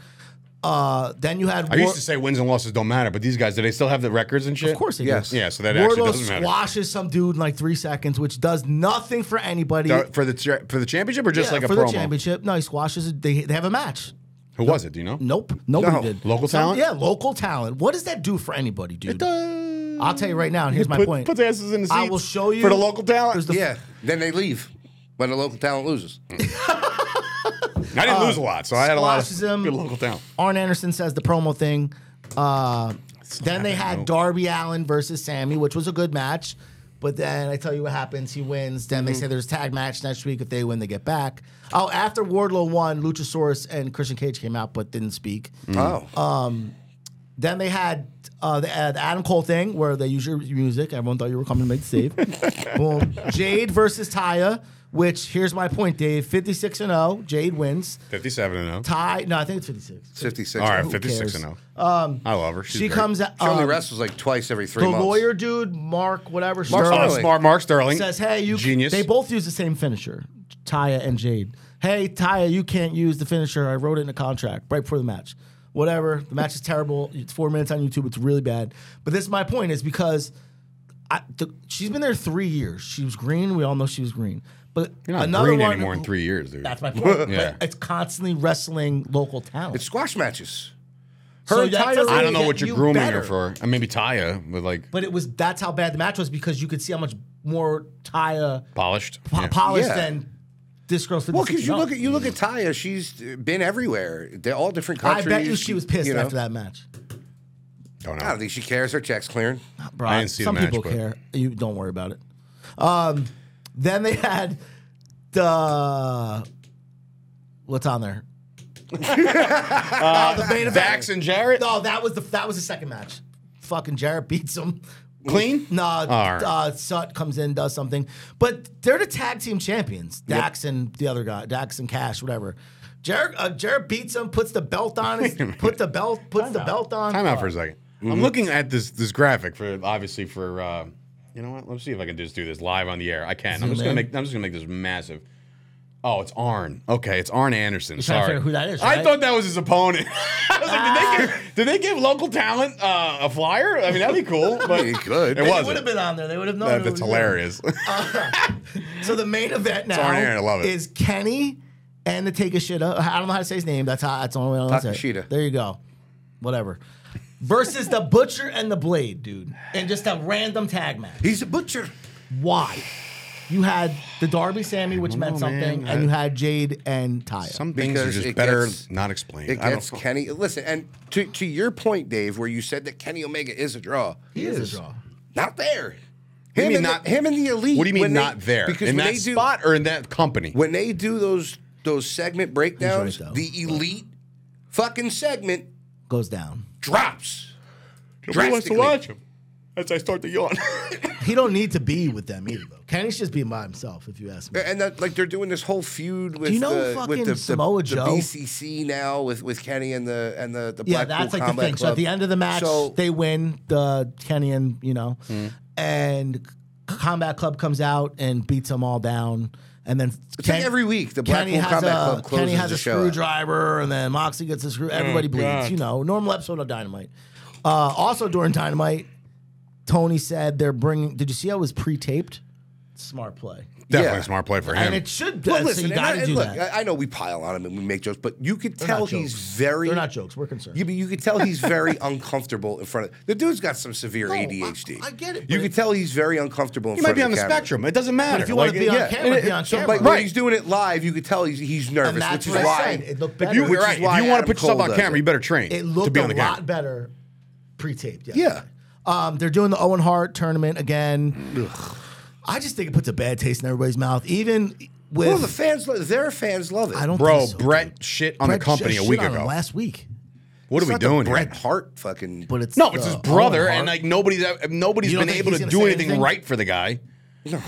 Uh, then you had I used to say wins and losses don't matter, but these guys, do they still have the records and shit? Of course they Yes. do. Yeah, so that actually Wardlow doesn't matter. squashes some dude in like three seconds, which does nothing for anybody. Uh, for the cha- for the championship or just Yeah, like a for promo? the championship. No, he squashes. it. They, they have a match. Who was it? Do you know? Nope, nobody No. did. Local talent? yeah, local talent. What does that do for anybody, dude? It does. I'll tell you right now, and here's my Put- point. Puts asses in the seats I will show you for the local talent. There's the- Yeah, then they leave when the local talent loses. I didn't lose a lot, so I had a lot of uh, squashes him. good local talent. Arn Anderson says the promo thing. Uh, then they had Darby Allen versus Sammy, which was a good match. But then I tell you what happens. He wins. Then Mm-hmm. they say there's a tag match next week. If they win, they get back. Oh, after Wardlow won, Luchasaurus and Christian Cage came out but didn't speak. Oh, Then they had uh, the, uh, the Adam Cole thing where they use your music. Everyone thought you were coming to make the save. Boom. Jade versus Taya, which here's my point, Dave 56 and 0. Jade wins. 57 and 0. Ty, no, I think it's 56. fifty-six. All right, She 56 and 0. I love her. She's Um, She great. comes out. only um, wrestles like twice every three the months. lawyer dude, Mark, whatever, Mark Sterling, Oh, Sterling. smart Mark Sterling. says, "Hey, you Genius. They both use the same finisher, Taya and Jade. Hey, Taya, you can't use the finisher. I wrote it in the contract right before the match. Whatever. The match is terrible. It's four minutes on YouTube. It's really bad. But this is my point is because I, the, she's been there three years. She was green. We all know she was green. But You're not another green one, anymore in three years, dude. That's my point. Yeah. But it's constantly wrestling local talent. It's squash matches. her entire- I don't know what you're grooming better. her for. And maybe Taya, but like But it was that's how bad the match was because you could see how much more Taya polished. po- Yeah. polished Yeah. than this girl's. 56 Well, because you and look up. at you look at Taya, she's been everywhere. They're all different I countries. bet you she was pissed know. after that match. Don't I don't know. think she cares. Her check's clearing. Bro, I didn't see the some match, people but- care. You don't worry about it. Um, then they had the what's on there? uh, the main event. Dax and Jarrett? No, that was the that was the second match. Fucking Jarrett beats him. Clean? No, right. uh, Sut comes in, does something, but they're the tag team champions. Dax and the other guy, Dax and Cash, whatever. Jarrett, uh, Jarrett beats him, puts the belt on, his, put the belt, puts the belt on. Time out for a 2nd i Mm-hmm. I'm looking at this this graphic for obviously for uh, you know what? Let's see if I can just do this live on the air. I can. I'm just gonna in. make I'm just gonna make this massive. Oh, it's Arn. Okay, it's Arn Anderson. trying to Sorry, figure who that is, I right? Ah. thought that was his opponent. I was like, did they give, did they give local talent uh, a flyer? I mean, that'd be cool. But It could. It They was. would have been on there. They would have known. it that's was you. hilarious. So the main event now on air, I love it. is Kenny and the take a shit up. I don't know how to say his name. That's how. That's the only way I know how to say. Takashita. it. There you go. Whatever. Versus the butcher and the blade, dude, and just a random tag match. He's a butcher. Why? You had the Darby Sammy, which don't meant know, something, man. and you had Jade and Taya. Some things are Because just it better gets- not explained. It I don't gets know. Kenny. Listen, and to to your point, Dave, where you said that Kenny Omega is a draw. he is a draw. Not there. do you Him mean and the- not- him and the elite. What do you mean when they- not there? Because in when that they do, spot or in that company? when they do those those segment breakdowns, though. the elite fucking segment Goes down. drops. Nobody wants to drastically. watch him. As I start to yawn. He don't need to be with them either, though. Kenny should just be by himself, if you ask me. And that, like they're doing this whole feud with you know the, with fucking the, the- Samoa the Joe? BCC now with, with Kenny and the and the, the Yeah, Blackpool that's like the Combat thing. So Club. at the end of the match, So- they win the Kenny and you know, and Combat Club comes out and beats them all down. And then It's like every week the Kenny Blackpool has Combat a Club closes Kenny has the a show. Mm, out. screwdriver, and then Moxie gets a screw. Everybody bleeds. God. You know, normal episode of Dynamite. Uh, also during Dynamite, Tony said they're bringing. Did you see how it was pre-taped? Smart play, Definitely Yeah. a smart play for him. and it should. Well, so listen, you and got I, to and do look, that. I I know we pile on him and we make jokes, but you could not tell he's jokes. very They're not jokes. We're concerned. Yeah, but you could tell he's very uncomfortable in front of the dude's got some severe ADHD. I get it, You but- could tell he's very uncomfortable. In He might front be of on the camera. spectrum. It doesn't matter. if you wanna Like, be on yeah. camera, And be it- on So, camera. like when Right. he's doing it live, you could tell he's he's nervous, that's which is what I why. said. It looked But better. you- You're which is right. If why you want Adam to put stuff Cole on does camera, it. you better train It looked to be a on the lot camera. better pre-taped. Yeah. Um, they're doing the Owen Hart tournament again. I just think it puts a bad taste in everybody's mouth, even with. Well, the fans, lo- their fans love it. I don't Bro, think so, Brett dude. shit on Brett the company sh- a week shit on him ago. last week, What are It's we not doing The here? Bret Hart fucking. but it's No, it's the his brother, Owen and Hart- like nobody's nobody's You don't been think able he's to gonna do say anything, anything? right for the guy.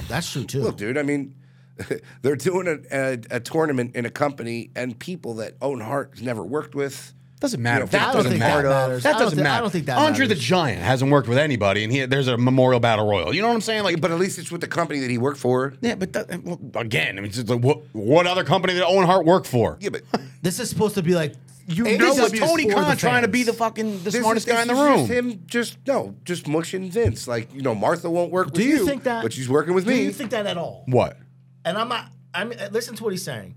that's true too. Look, dude. I mean, they're doing a, a, a tournament in a company and people that Owen Hart has never worked with. Doesn't matter. I That don't doesn't think matter. that matters. I That don't doesn't thi- I matter. don't think that Andre the matters. Giant hasn't worked with anybody, and he, there's a Memorial Battle Royal. You know what I'm saying? Like, But at least it's with the company that he worked for. yeah, but that, well, again, I mean, it's just like, what what other company did Owen Hart work for? Yeah, but this is supposed to be like you Hey, know this what is it Tony for the Khan trying to fans. be the fucking the This smartest is- guy in the this is room. just him just no, just mushing Vince. Like you know, Martha won't work Do with you, you. think that? But she's working with do me. you think that at all? What? and I'm not. I mean, listen to what he's saying.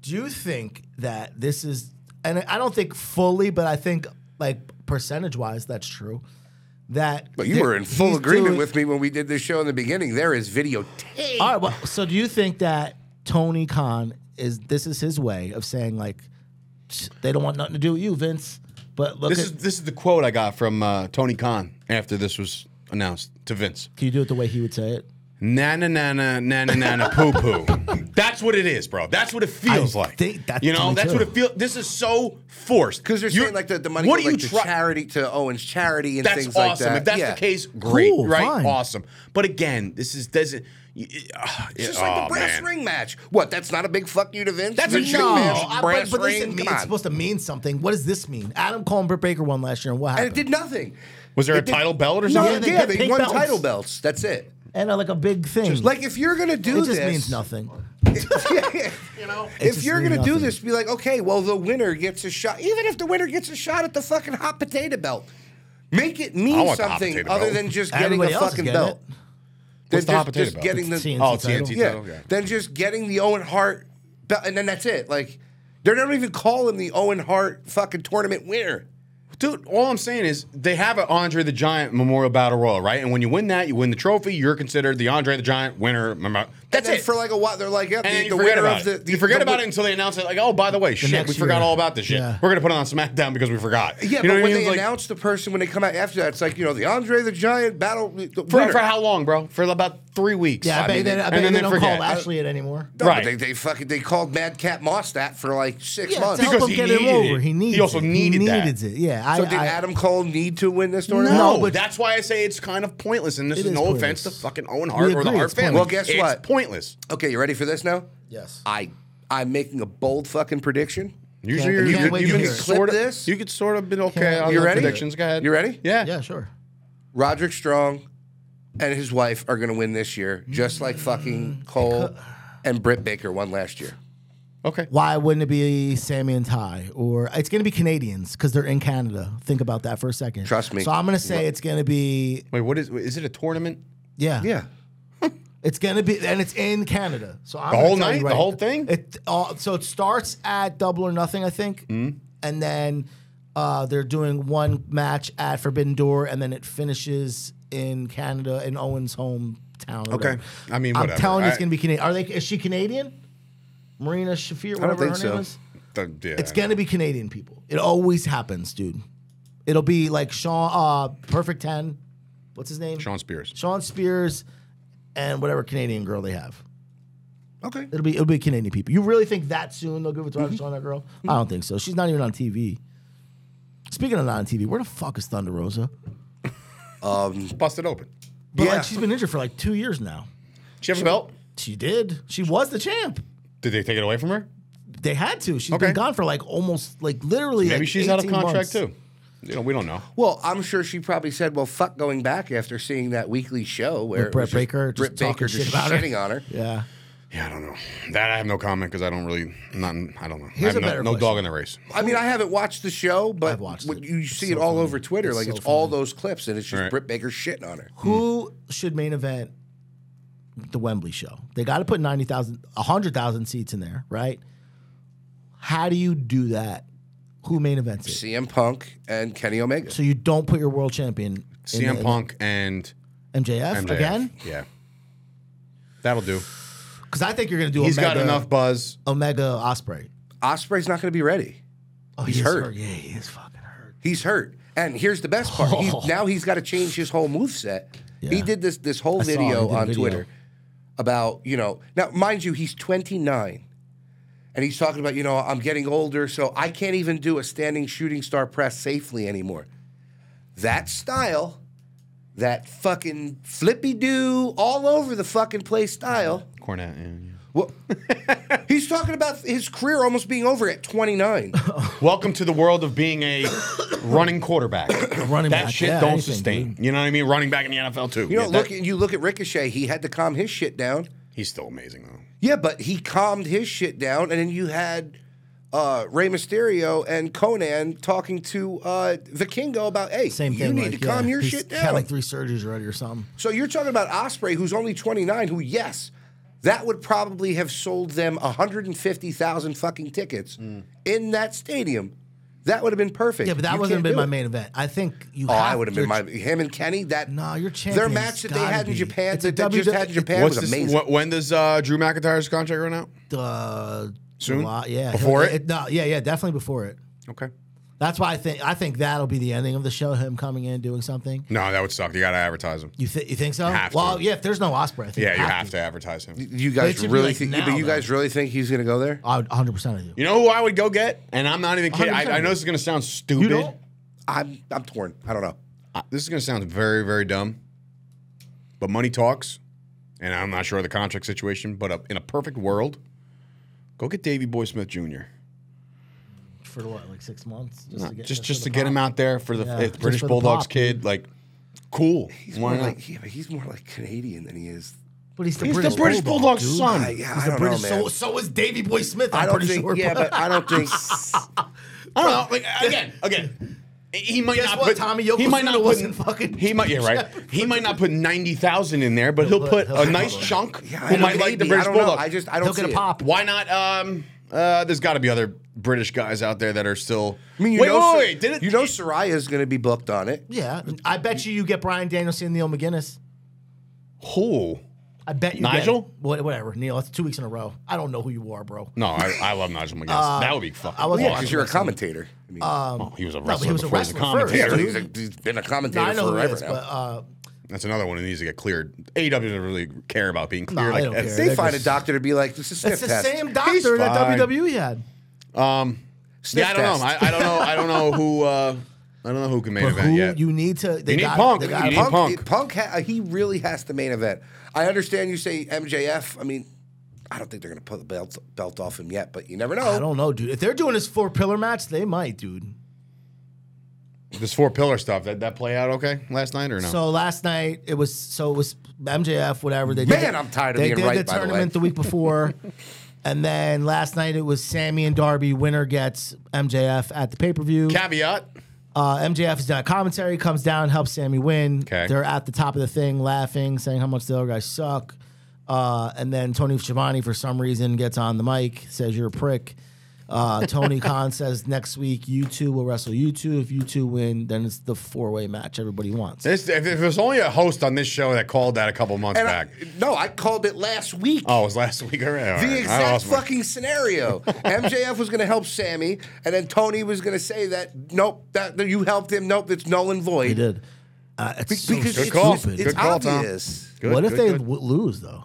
Do you think that this is? And I don't think fully, but I think like percentage wise, that's true. That. but you that were in full he's agreement doing- with me when we did this show in the beginning. There is videotape. All right. Well, so do you think that Tony Khan is? This is his way of saying like, they don't want nothing to do with you, Vince. But look, at, This is this is the quote I got from uh, Tony Khan after this was announced to Vince. can you do it the way he would say it? Na na na na na na na na poo poo. That's what it is, bro. That's what it feels I like. think that's you know, me that's too. what it feels. This is so forced Because they're saying like the, the money What goes, do you like, to try- charity to Owen's charity and That's things awesome. like that. If that's Yeah. the case, great, Cool, right? fine. Awesome. But again, this is doesn't. y- y- ah, It's just oh, like the brass man. ring match. What? That's not a big fuck you to Vince. That's Vince a no, McMahon's I- brass but, but ring. listen, Come it's on. supposed to mean something. What does this mean? Adam Cole and Britt Baker won last year, and what and it happened? did nothing. Was there a It did- title belt or No, something? yeah, Yeah, they, they got pink won belts. title belts. That's it. and uh, like a big thing. Like if you're gonna do it this, just means nothing. you know, if just you're mean gonna do nothing. this, be like, okay, well, the winner gets a shot. Even if the winner gets a shot at the fucking hot potato belt, make it I mean want the hot something potato other belt. than just getting Everybody a else is fucking getting belt. it. Than What's the just, hot potato just belt? getting It's the TNT Oh, title. TNT yeah, title. Okay. then just getting the Owen Hart belt, and then that's it. Like they don't even call him the Owen Hart fucking tournament winner. Dude, all I'm saying is they have an Andre the Giant Memorial Battle Royal, right? And when you win that, you win the trophy. You're considered the Andre the Giant winner. Memo- That's and then it. for like a while, they're like, yeah, and then the, you the forget winner about of the, it. the you forget the, about it until they announce it. Like, oh, by the way, shit, next we forgot year. all about this shit. Yeah. We're gonna put it on SmackDown because we forgot. Yeah, You know but what when I mean? they It's like, announce the person when they come out after that, it's like you know the Andre the Giant battle. The for, winner. for how long, bro? For about three weeks. Yeah, I, bet, mean, they, it- I and bet then they they don't forget. call Ashley it anymore. No, right. Right. They, they fucking they called Mad Cat Moss that for like six Yeah, months. to help him Because he get him needed over. it. He He needs also it. needed he that. needed it. Yeah. I, so did I- Adam Cole need to win this tournament? No, No, but- that's why I say it's kind of pointless. And this It is, is no pointless. offense to fucking Owen Hart or the agree, Hart it's family. pointless. Well, guess It's what? pointless. Okay, you ready for this now? Yes. I I'm making a bold fucking prediction. Usually, Can't- you're- can't you wait could, you to could hear it. sort of Clip this? You could sort of been okay Can't- on You the ready? predictions. Go ahead. You ready? Yeah. yeah, sure. Roderick Strong and his wife are gonna win this year, just like fucking Cole and Britt Baker won last year. Okay. Why wouldn't it be Sammy and Ty? Or it's going to be Canadians because they're in Canada. Think about that for a second. Trust me. So I'm going to say it's going to be, Wait, what is? Is it a tournament? yeah. Yeah. It's going to be, and it's in Canada. So I'm The gonna tell whole you night? The right- whole thing? It, uh, so it starts at Double or Nothing, I think. Hmm. And then uh, they're doing one match at Forbidden Door, and then it finishes in Canada in Owen's hometown. or Okay. whatever. I mean, I'm whatever. telling you, it's I- going to be Canadian. Are they? Is she Canadian? Marina Shafir, don't whatever think her so. name is. The- uh, yeah. It's going to be Canadian people. It always happens, dude. It'll be like Sean, uh, Perfect Ten. What's his name? Sean Spears. Sean Spears, and whatever Canadian girl they have. Okay. It'll be it'll be Canadian people. You really think that soon they'll give it to Rock Mm-hmm. Sean that girl? I don't think so. She's not even on TV. Speaking of not on TV, where the fuck is Thunder Rosa? Busted open. But Yeah. like she's been injured for like two years now. She have a belt. She did. She was the champ. Did they take it away from her? They had to. She's Okay. been gone for like almost like literally. Maybe like she's out of 18 contract months. too. You know, we don't know. Well, I'm sure she probably said, "Well, fuck going back after seeing that weekly show where With Brett it was just Baker just Britt Baker talking just shit about her. shitting on her." Yeah. Yeah, I don't know. That I have no comment because I don't really. Not. I don't know. Here's I have a better no, no dog question. in the race. I mean, I haven't watched the show, but I've watched when it. you It's see so it all funny. over Twitter. It's like so it's all those clips, and it's just Right. Britt Baker shitting on her. Who should main event the Wembley show? They got to put 90,000, 100,000 seats in there, right? How do you do that? Who main events it? CM Punk and Kenny Omega. So you don't put your world champion in CM the- Punk and MJF, MJF. again? Yeah. That'll do. Because I think you're going to do He's Omega, got enough buzz. Omega Osprey. Osprey's not going to be ready. Oh, He's he is hurt. Yeah, he is fucking hurt. He's hurt. And here's the best part. He's, now he's got to change his whole moveset. He Oh. Yeah. did this this whole I saw it. He video did a on video. Twitter about, you know, now mind you, he's 29. And he's talking about, you know, I'm getting older, so I can't even do a standing shooting star press safely anymore. That style, that fucking flippy do all over the fucking place style. Cornet. Yeah, Well, he's talking about his career almost being over at 29. Oh, yeah. Welcome to the world of being a running quarterback. running that back, shit yeah, don't anything, sustain. You know what I mean? Running back in the NFL too. You know, Yeah, that- look at you look at Ricochet. He had to calm his shit down. he's still amazing though. Yeah, but he calmed his shit down, and then you had uh, Rey Mysterio and Conan talking to uh, Vikingo about, "Hey, Same you thing. need like, to calm yeah, your he's shit Had down." like three surgeries already or something. so you're talking about Osprey, who's only 29. Who, yes, that would probably have sold them 150,000 fucking tickets in that stadium. That would have been perfect. Mm. Yeah, but that You wasn't can't been do my it. main event. I think you. Oh, have, I would have been your- my him and Kenny. That No, their your champion's match that they gotta had in be- Japan It's a that they just WWE had in Japan What's was this, amazing. wh- when does uh, Drew McIntyre's contract run out? Uh, Soon? July- yeah, Before it? No, yeah, yeah, definitely before it. Okay. That's why I think I think that'll be the ending of the show. Him coming in doing something. No, that would suck. You got to advertise him. You think you think so? Have to. well, yeah. If there's no Osprey, I think Yeah, you you have to advertise him. You It guys should be really like think? now, but you though. guys really think he's gonna go there? I would 100 percent of you. You know who I would go get? And I'm not even kidding. I, I 100%. know this is going to sound stupid. don't? I'm I'm torn. I don't know. I- this is going to sound very, very dumb. But money talks. And I'm not sure of the contract situation, but uh, in a perfect world, go get Davey Boy Smith Jr. For what, like six months? Just Just, just, for the to get him pop? out there for the Yeah, uh, just British for the Bulldogs pop, kid. Like, cool. He's Why more not? like yeah, but he's more like Canadian than he is. But he's the He's British, the British Bulldog, Bulldog's dude. son. I, yeah, He's I the don't British. know, man. so, so is Davy Boy Smith. I'm I don't pretty think. sure. yeah, but I don't think. I don't know. Like again, again, he might Guess not what, put Tommy? He might Yokozuna not put, wasn't fucking- He might yeah right. He might not put ninety thousand in there, but he'll, He'll put, put- a he'll nice put- chunk Yeah, I who don't- might like maybe. the British I don't know. Bulldog. I just I don't He'll see get a it. pop. Why not? Um, uh, there's got to be other British guys out there that are still. I mean, you wait, know, wait, Sor- wait, did it? You know, Soraya's gonna be booked on it. Yeah, I bet you you get Brian Danielson and Neil McGuinness. who? I bet you get Nigel? it. What, whatever, Neil. That's two weeks in a row. I don't know who you are, bro. No, I, I love Nigel McGuinness. that would be fucking. I wasn't Yeah, awesome. because Oh, you're a commentator. I mean, Uh, Oh, he was a but wrestler he was a before he was a wrestler first. yeah, commentator. but dude. he's, a, he's been a No, commentator I know who it forever is, now. but uh, That's another one who needs to get cleared. AEW doesn't really care about being No, cleared. they like don't that. care. they they're find a just- doctor to be like this is sniff it's the test. same He's doctor that fine. WWE had. Sniff Yeah, I don't test. know. I, I don't know. I don't know who. Uh, I don't know who can main But event who yet. you need to? They You need got, Punk. They You got need Punk, Punk. it- Punk ha- he really has to main event. I understand you say MJF. I mean, I don't think they're going to pull the belt belt off him yet, but you never know. I don't know, dude. If they're doing this four pillar match, they might, dude. This four pillar stuff that that play out okay last night or no? So last night it was so it was MJF whatever they Man, did. I'm tired of they being did right, the by the way. tournament the, week before, and then last night it was Sammy and Darby. Winner gets MJF at the pay per view. Caveat. Uh, MJF is done commentary, comes down, helps Sammy win. Okay. They're at the top of the thing, laughing, saying how much the other guys suck. Uh, and then Tony Schiavone, for some reason, gets on the mic, says, You're a prick. Uh, Tony Khan says, Next week, you two will wrestle you two. If you two win, then it's the four way match everybody wants. This if, if it was only a host on this show that called that a couple months And I- back. no, I called it last week. oh, it was last week already. All The right. I exact lost my- fucking scenario. MJF was going to help Sammy, and then Tony was going to say that nope, that that you helped him. Nope, it's null and void. They did. Uh, it's so Because Good it's, call. it's, stupid. it's Good call, Tom. obvious Good, what if good, they good. w- lose, though?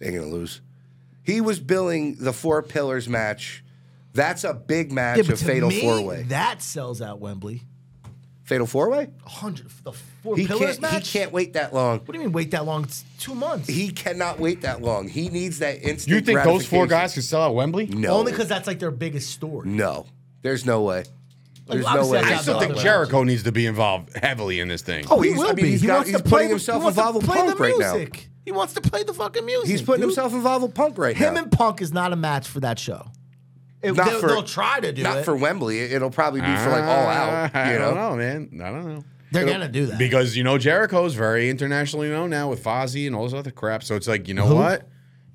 they're going to lose. He was billing the four pillars match. That's a big match of Fatal Four Way. That sells out Wembley. Fatal Four Way. hundred the four He pillars can't. match. He can't wait that long. What do you mean wait that long? It's two months. He cannot wait that long. He needs that instant. You think those four gratification. guys could sell out Wembley? No. Only because that's like their biggest story. No. There's no way. Like, There's no obviously way. that's I not still the think other Jericho needs to be involved heavily in this thing. Oh, He he's, will I mean, be. he's, He got, wants he's to play putting the- himself he wants to involved with play the punk right now. music. He wants to play the fucking music. He's putting dude. himself involved with punk right Him now. and Punk is not a match for that show. It- Not they'll, for- they'll try to do Not it. Ah, for Wembley. It- It'll probably be for like all out. I You don't know. know, man. I don't know. They're gonna do that. Because you know Jericho's very internationally known now with Fozzy and all this other crap. So it's like, you know Who? what?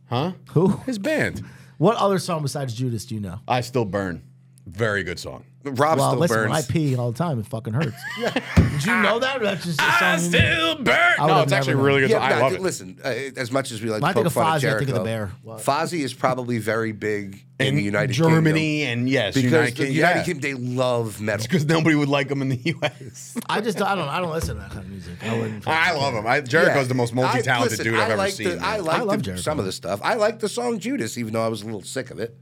Huh? Who? His band. What other song besides Judas do you know? I Still Burn. Very good song. Rob Well, still listen, burns. I pee all the time. It fucking hurts. Did you know that? Or that's just a Ah, song you knew? burn. would No, have it's actually never known. really good. yeah, song. I no, love dude, it. listen. Uh, as much as we like, When I poke think of fun at Fozzy, I Jericho, think of the bear. What? Fozzy is probably very big in, the United Kingdom Germany and yes, because United, the Kingdom. United Kingdom they love metal. because nobody would like him in the U.S. I just I don't I don't listen to that kind of music. I wouldn't. Ah, I love him. I, Jericho's Yeah. the most I- multi-talented listen, dude I I've ever like seen. The, I man. like love the- Jericho. some of the stuff. I like the song Judas, even though I was a little sick of it.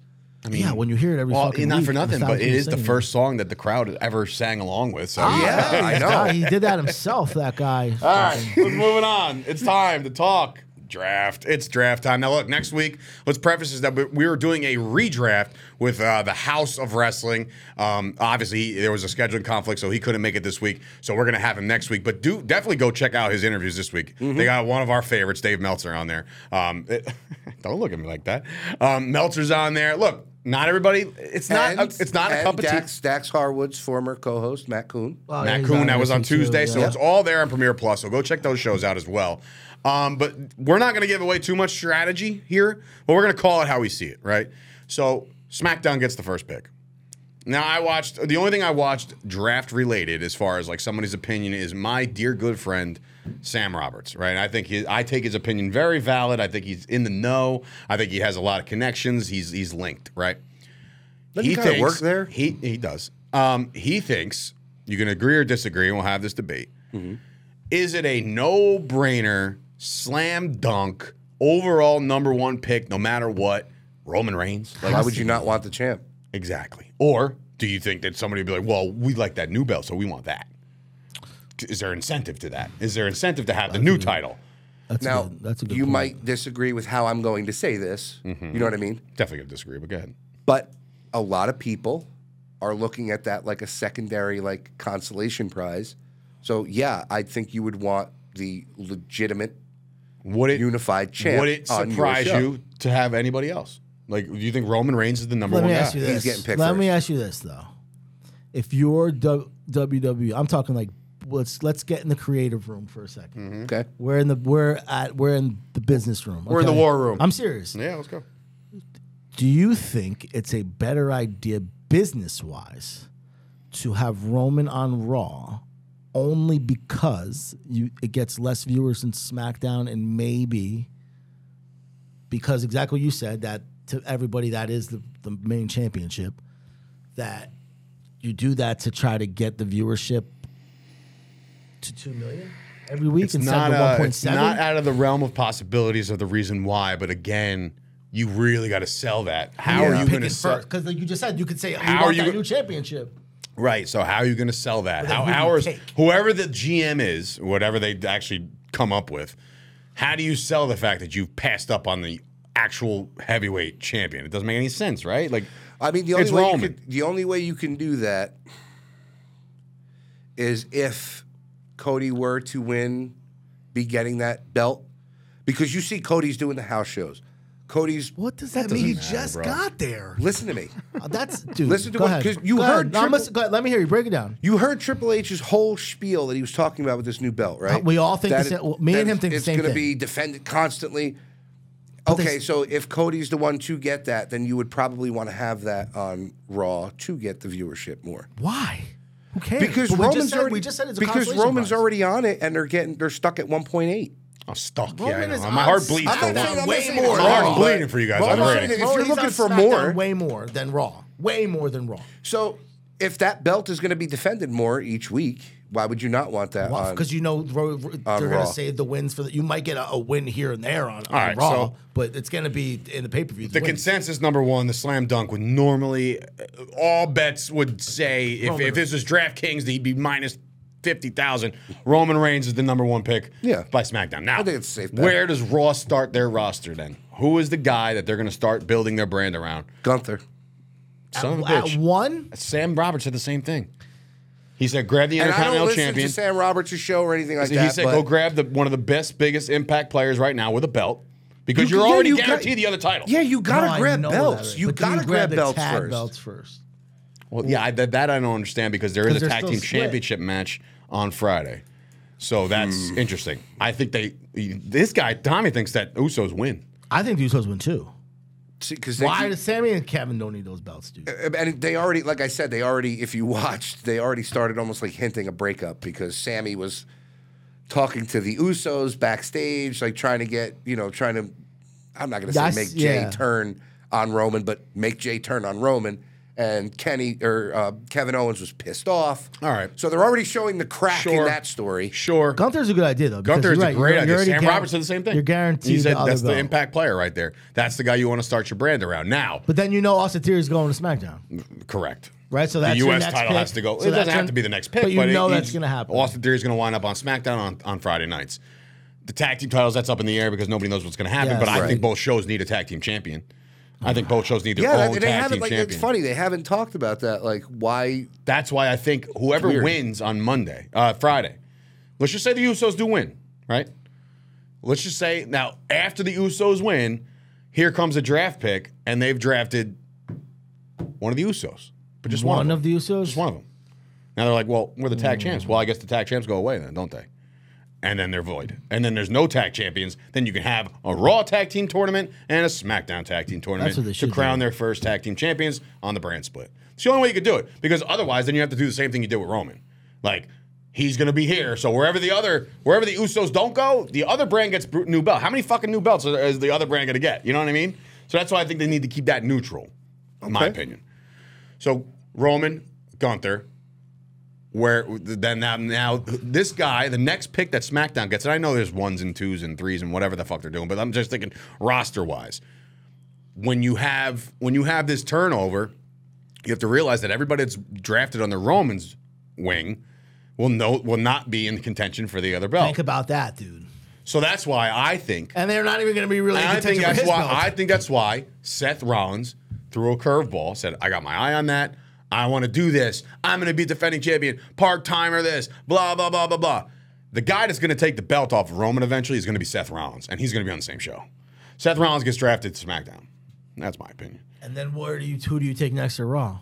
yeah, when you hear it every well, fucking not week, for and a nothing, thousand but it people is the singing it. first song that the crowd ever sang along with. So yeah, I know. God, Ah, he did that himself. That guy. All right, let's moving on. It's time to talk draft. It's draft time. Now, look, next week, let's preface is that we- we were doing a redraft with uh, the House of Wrestling. Um, obviously, there was a scheduling conflict, so he couldn't make it this week. So we're going to have him next week. But do definitely go check out his interviews this week. Mm-hmm. They got one of our favorites, Dave Meltzer, on there. Um, it- don't look at me like that. Um, Meltzer's on there. Look, not everybody. It's not. a, And- it's not a and cup of tea. Dax, Dax Harwood's former co-host Matt Coon. Well, yeah, Matt oh, he's Coon, on that was on NXT too, Tuesday, so yeah. it's all there on Premiere Plus. So go check those shows out as well. Um, but we're not going to give away too much strategy here, but we're going to call it how we see it, right? So SmackDown gets the first pick. Now I watched the only thing I watched draft related as far as like somebody's opinion is my dear good friend Sam Roberts, right? And I think he, I take his opinion very valid. I think he's in the know. I think he has a lot of connections. He's he's linked, right? Doesn't he kinda work there? He he does. Um, he thinks you can agree or disagree, and we'll have this debate. Mm-hmm. Is it a no-brainer, slam dunk, overall number one pick, no matter what? Roman Reigns. Like, Why would you not want the champ? Exactly. Or do you think that somebody would be like, well, we like that new belt, so we want that? Is there incentive to that? Is there incentive to have the Mm-hmm. new title? That's Now, a good, that's a good you point. Mm-hmm. might disagree with how I'm going to say this. You know what I mean? Definitely gonna disagree, but go ahead. But a lot of people are looking at that like a secondary, like consolation prize. So yeah, I think you would want the legitimate Would it unified champ. would it on your surprise show. you to have anybody else? Like, do you think Roman Reigns is the number Let one me guy? ask you He's this. getting picked Let first. me ask you this though. If you're du- WWE, I'm talking like let's let's get in the creative room for a 2nd Okay. We're in the we're at we're in the business room. We're in the okay? war room. I'm serious. Yeah, let's go. Do you think it's a better idea business wise to have Roman on Raw only because you it gets less viewers than SmackDown and maybe because exactly what you said that to everybody that is the, the main championship that you do that to try to get the viewership to two million every week It's instead not, of uh, one point it's not seven. out of the realm of possibilities of the reason why, but again, you really got to sell that. How are you going to sell? Because like you just said, you could say, How "How are want you that go- new championship?" Right. So how are you going to sell that? then How who do you hours take? whoever the GM is, whatever they actually come up with, how do you sell the fact that you've passed up on the actual heavyweight champion? It doesn't make any sense, right? Like I mean, the only It's way you Roman. could- the only way you can do that is if Cody were to win, be getting that belt, because you see Cody's doing the house shows. Cody's What does that, mean? He matter, just bro. got there. listen to me. Uh, That's dude. Listen to go what- ahead. 'cause you Go heard ahead. No, I'm triple- listen- go ahead. Let me hear you. Break it down. You heard Triple H's whole spiel that he was talking about with this new belt, right? We all think That the sa- it- well, me and that him think the it's same gonna thing. be defended constantly. they Okay, s- so if Cody's the one to get that, then you would probably want to have that on Raw to get the viewership more. Why? Who cares? Because But we Roman's just said, already we just said it's a because consolation Roman's prize. already on it, and they're getting they're stuck at 1.8. I'm stuck. Roman yeah, I is know. my heart on- bleeds I'm for not saying- Roman. I'm Way not saying more. it's My wrong, heart's bleeding but- for you guys. but I'm I'm ready. saying if Roman's you're looking on for SmackDown more- way more than Raw, way more than Raw. So if that belt is going to be defended more each week, Why would you not want that? on- because you know Ro- Ro- they're Uh, Raw. going to save the wins for the, you might get a, a win here and there on, on right, Raw, so- but it's going to be in the pay per view. The consensus number one, the slam dunk would normally, uh, all bets would say if, Roman if this was DraftKings, he'd be minus fifty thousand. Roman Reigns is the number one pick. Yeah. by SmackDown. Now, I think it's a safe bet. Where does Raw start their roster then? Who is the guy that they're going to start building their brand around? Gunther. Son of a at bitch. one, Sam Roberts said the same thing. He said, "Grab the And I don't Intercontinental listen Champion." to Sam Roberts' show or anything like he that. said, but "Go grab the one of the best, biggest Impact players right now with a belt." Because You- you, are yeah, already you got- guaranteed the other title. Yeah, you gotta No, I grab know belts. that, You but do gotta grab, the belts tag first. belts first. Well, yeah, I, that, that I don't understand because there is 'Cause a they're tag still team split. championship match on Friday, so that's interesting. I think they. This guy Tommy thinks that Usos win. I think the Usos win too. Because Why does Sammy and Kevin don't need those belts, dude? and they already, like I said, they already. If you watched, they already started almost like hinting a breakup because Sammy was talking to the Usos backstage, like trying to get, you know, trying to. I'm not going to say Yes, make Jay yeah. turn on Roman, but make Jay turn on Roman. And Kenny or uh, Kevin Owens was pissed off. All right. so they're already showing the crack in Sure. that story. Sure, Gunther's a good idea though. because Gunther is you're a right, great you're- you're idea. already Sam guaran- Roberts said the same thing. You're guaranteed. He said the that's other the belt. Impact player right there. That's the guy you want to start your brand around now. But then you know Austin Theory's going to SmackDown, Correct. right? So that's the your U.S. next title pick. has to go. So it that's doesn't have your- to be the next pick, But you it- know you- that's going to happen. Austin Theory's going to wind up on SmackDown on, on Friday nights. The tag team titles that's up in the air because nobody knows what's going to happen. Yes. but I Right. think both shows need a tag team champion. I think both shows need their Yeah, own that, they tag haven't. team Like champion. it's funny they haven't talked about that. Like why? That's why I think whoever It's weird. wins on Monday, uh, Friday, let's just say the Usos do win, right? Let's just say now after the Usos win, here comes a draft pick, and they've drafted one of the Usos, but just one, One of, of the Usos. just one of them. Now they're like, well, we're the tag champs. Well, I guess the tag champs go away then, don't they? And then they're void. And then there's no tag champions. Then you can have a Raw tag team tournament and a SmackDown tag team tournament That's what they to should crown do. their first tag team champions on the brand split. It's the only way you could do it because otherwise, then you have to do the same thing you did with Roman. Like he's gonna be here, so wherever the other wherever the Usos don't go, the other brand gets br- new belt. How many fucking new belts is the other brand gonna get? You know what I mean? So that's why I think they need to keep that neutral, in my Okay. opinion. So Roman, Gunther, where then now, now this guy, the next pick that SmackDown gets, and I know there's ones and twos and threes and whatever the fuck they're doing, but I'm just thinking roster wise. When you have when you have this turnover, you have to realize that everybody that's drafted on the Romans wing will no will not be in contention for the other Think belt. about that, dude. So that's why I think And they're not even going to be really. in and I think contention for his that's why belt. I think that's why Seth Rollins threw a curveball. Said, "I got my eye on that. I want to do this. I'm going to be defending champion, part timer. This, blah blah blah blah blah." The guy that's going to take the belt off of Roman eventually is going to be Seth Rollins, and he's going to be on the same show. Seth Rollins gets drafted to SmackDown. That's my opinion. And then where do you who do you take next to Raw?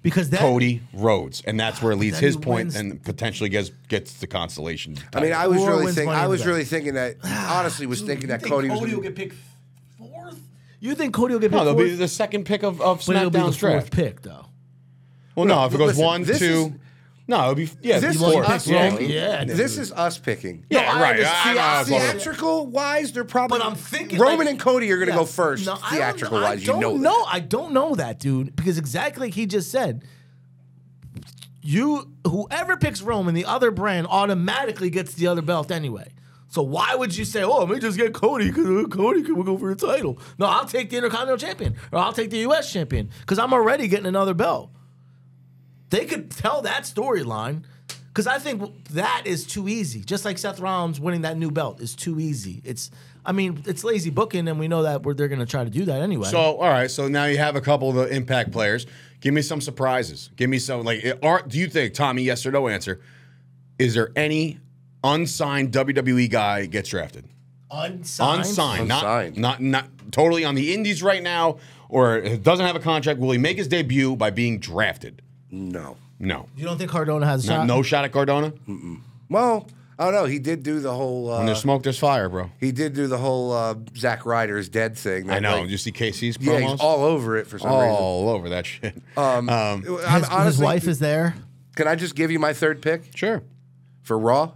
Because that Ah, Cody Rhodes, and that's where it leads then his he point, wins. and potentially gets gets the constellation. I mean, I was Or really wins thinking. Money in I the was Bank. really thinking that. Honestly, was thinking that Cody, was. gonna be- picked fourth. You think Cody will get no, picked they'll fourth? be the second pick of of but it'll be the SmackDown's fourth draft. pick though. Well, no, if it goes listen, one, two, this is- no, it'll be yeah, This is You wanna four. us pick Roman? picking. Yeah, this is us picking. Yeah, right. understand. I know how it's all about. Theatrical wise, they're probably. But I'm thinking Roman like- and Cody are going to Yeah. go first. No, I don't know- theatrical wise, I you don't know. that. I don't know that, dude. Because exactly like he just said, you whoever picks Roman, the other brand automatically gets the other belt anyway. So why would you say, "Oh, let me just get Cody because Cody can go for the title"? No, I'll take the Intercontinental Champion or I'll take the U.S. Champion because I'm already getting another belt. They could tell that storyline because I think that is too easy. Just like Seth Rollins winning that new belt is too easy. It's, I mean, it's lazy booking, and we know that we're, they're going to try to do that anyway. So, all right. So now you have a couple of the impact players. Give me some surprises. Give me some like. it- Are do you think Tommy? Yes or no answer. Is there any unsigned WWE guy gets drafted? unsigned. Unsigned, Unsigned. not not not totally on the indies right now, or doesn't have a contract. Will he make his debut by being drafted? No. No, You don't think Cardona has a Not- Uh, shot? no shot at Cardona. Well, I don't know. He did do the whole. When Uh, there's smoke, there's fire, bro. he did do the whole uh, Zack Ryder is dead thing. that, I know. like, you see KC's yeah, promos Oh. he's all over Um, it for some all over that shit. Um, reason. I'm- His, his honestly, wife is there. Can I just give you my third pick sure. for Raw?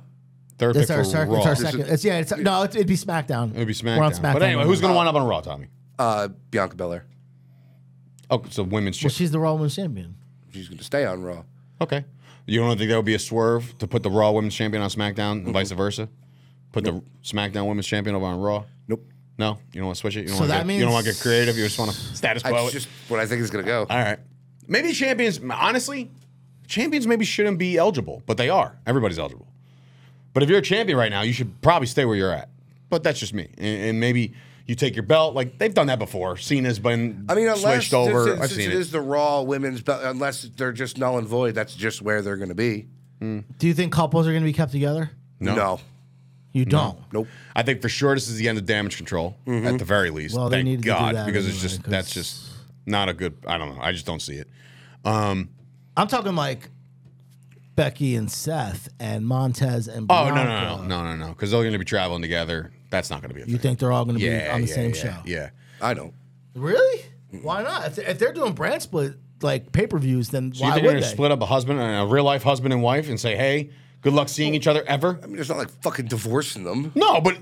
Third It's pick our, for sec- Raw. it's our second. It's yeah. It's, no, it- it'd be SmackDown. It would be We're on SmackDown. SmackDown. But anyway, now. who's going to wind up on Raw, Tommy? Uh, Bianca Belair. Oh, so women's Well, champ. she's the Raw Women's Champion. She's going to stay on Raw. Okay. You don't think that would be a swerve to put the Raw Women's Champion on SmackDown and vice versa? Put the SmackDown Women's Champion over on Raw? Nope. No, you don't want to switch it. You don't So want to that get, you don't means- want to get creative. You just want to status quo. That's it. just what I think is going to go. All right. Maybe champions, honestly, champions maybe shouldn't be eligible, but they are. Everybody's eligible. But if you're a champion right now, you should probably stay where you're at. But that's just me. And, and maybe you take your belt. Like they've done that before. Cena's been I mean, unless switched over. Since, I've since seen it it. is the Raw women's belt, unless they're just null and void, that's just where they're going to be. Do you think couples are going to be kept together? No. You don't. Nope. I think for sure this is the end of damage control at the very least. Well, they Thank needed to do God, that because it's anyway, just 'cause- that's just not a good. I don't know. I just don't see it. I'm talking like Becky and Seth and Montez and Oh Bianca. no no no no no no because they're going to be traveling together. That's not going to be a You thing. think they're all going to be yeah, on the yeah, same yeah, show? Yeah. I don't. Really? Why not? If they're, if they're doing brand split like pay per views, then So you why think would they're they? gonna split up a husband and a real life husband and wife and say, "Hey, good luck seeing each other ever"? I mean, it's not like fucking divorcing them. No, but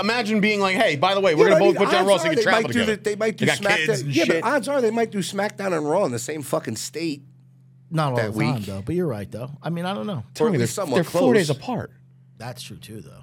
imagine being like, "Hey, by the way, we're Yeah, but gonna I both mean, put down odds Raw so are you can travel might Do together." the, they might do They got kids SmackDown. and Yeah, shit. but odds are they might do SmackDown and Raw in the same fucking state. Not all that the time week. though. But you're right though. I mean, I don't know. Or Tell at me, least they're, somewhat they're four close. days apart. That's true too though.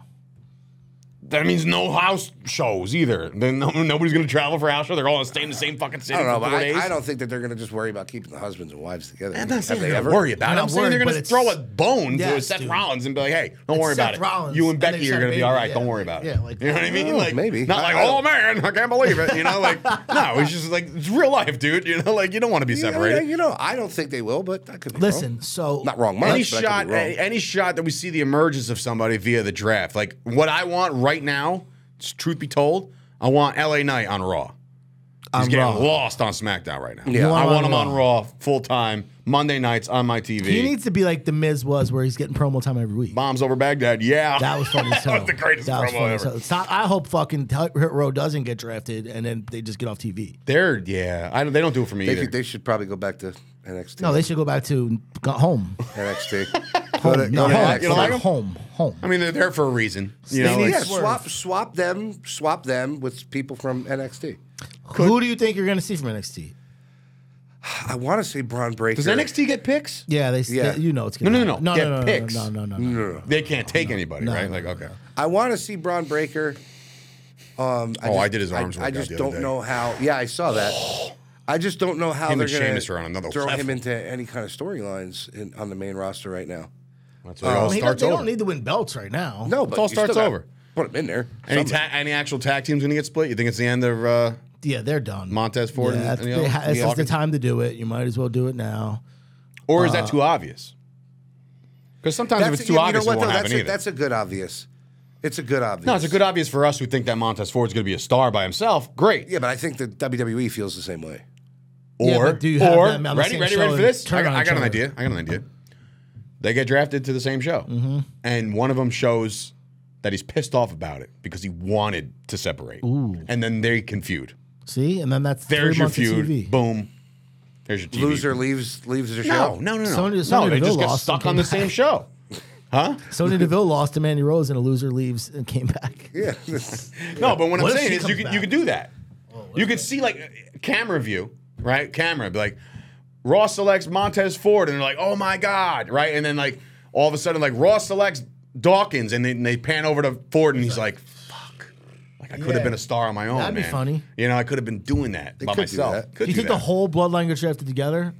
That means no house shows either. Then no, nobody's gonna travel for a house show. They're all gonna stay in the same fucking city I don't know, for but four I, days. I don't think that they're going to just worry about keeping the husbands and wives together. I'm Have not saying they they're ever? gonna worry about I'm it. I'm not saying they're worried, gonna but throw a it's- bone to Yes, Seth dude. Rollins and be like, "Hey, don't It's worry about Seth it. Rollins, you and and they Becky said are gonna be maybe, all right. yeah. Don't worry about it." Yeah, like- you know what I mean? Like maybe. not like, I- I "Oh don't- man, I can't believe it." You know, like no, it's just like it's real life, dude. You know, like you don't want to be Yeah, separated. you know, I don't think they will, but I could be Listen, wrong. so not wrong much, any but I could be shot, wrong. a- any shot that we see the emergence of somebody via the draft. Like what I want right now, s- truth be told, I want LA Knight on Raw. He's On getting Raw. lost on SmackDown right now. You want I him on want him on Raw full time Monday nights on my TV. He needs to be like the Miz was, where he's getting promo time every week. Bombs over Baghdad. Yeah, That was funny. that was the greatest that was promo funny ever. as hell. Stop- I hope fucking Hit Row doesn't get drafted, and then they just get off TV. They're yeah. I don't, they don't do it for me they, either. could- they should probably go back to NXT. No, they should go back to go home. NXT. Go Home. to- go no, to home. NXT. Oh, You don't like 'em? home. Home. I mean, they're there for a reason. You know, They like, need Oh, yeah, Like Swerve. swap swap them, swap them with people from NXT. Who do you think you're going to see from NXT? I want to say Braun Breaker. does NXT get picks? Yeah, they. Yeah. they- you know it's going. No, no, no. No, Get no, no, picks. no, no, no, no, no. They can't take anybody, right? Like okay. I want to see Braun Breaker. Um, Oh, I did his arms I, I workout just the other don't day. know how. Yeah, I saw that. I just don't know how Him they're and going Sheamus are on another throw him level. into any kind of storylines in- on the main roster right now. That's where it all Well, Uh, he don't- starts they over. don't need to win belts right now. No, but all you still starts gotta over. Put him in there. Any, Somebody. ta- any actual tag team's gonna get split? You think it's the end of uh, Yeah, they're done. Montez Ford? Yeah, and- that's- and the they other- ha- this the is the Hawkins? time to do it. You might as well do it now. or is that too obvious? Because sometimes if it's too you know obvious, what, it though? won't that's, happen a, either. that's a good obvious. It's a good obvious. no, it's a good obvious for us who think that Montez Ford's gonna be a star by himself. Great. Yeah, but I think the WWE E feels the same way. Yeah, Or, but do you have or them on the ready, same ready, show ready for and this? turn I got, on I each got an other? idea. I got an idea. They get drafted to the same show, Mm-hmm. and one of them shows that he's pissed off about it because he wanted to separate, and then they can feud. See, and then that's There's three your months of feud. TV. Boom. There's your TV. Loser leaves leaves the No, show. no, no, no. Sonya- no, Sonya they just Deville get lost stuck and on the came same show. Sonya Deville lost to Mandy Rose, and a loser leaves and came back. Yeah. No, but What what, I'm if saying she is comes you could, back? Oh, you could do that. you could see like uh, camera view, right? Camera, be like Ross selects Montez Ford, and they're like, oh my god, right? And then like all of a sudden, like Ross selects Dawkins, and then they pan over to Ford, and he's like, fuck, like I could have Yeah. been a star on my own. That'd be man. funny. You know, I could have been doing that by could do myself. that. Could Do you think that. the whole bloodline gets drafted together?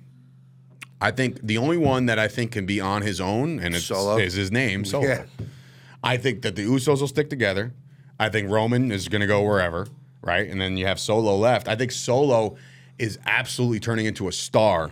I think the only one that I think can be on his own and it's, Solo. is his name Solo. Yeah. I think that the Usos will stick together. I think Roman is going to go wherever, right? And then you have Solo left. I think Solo is absolutely turning into a star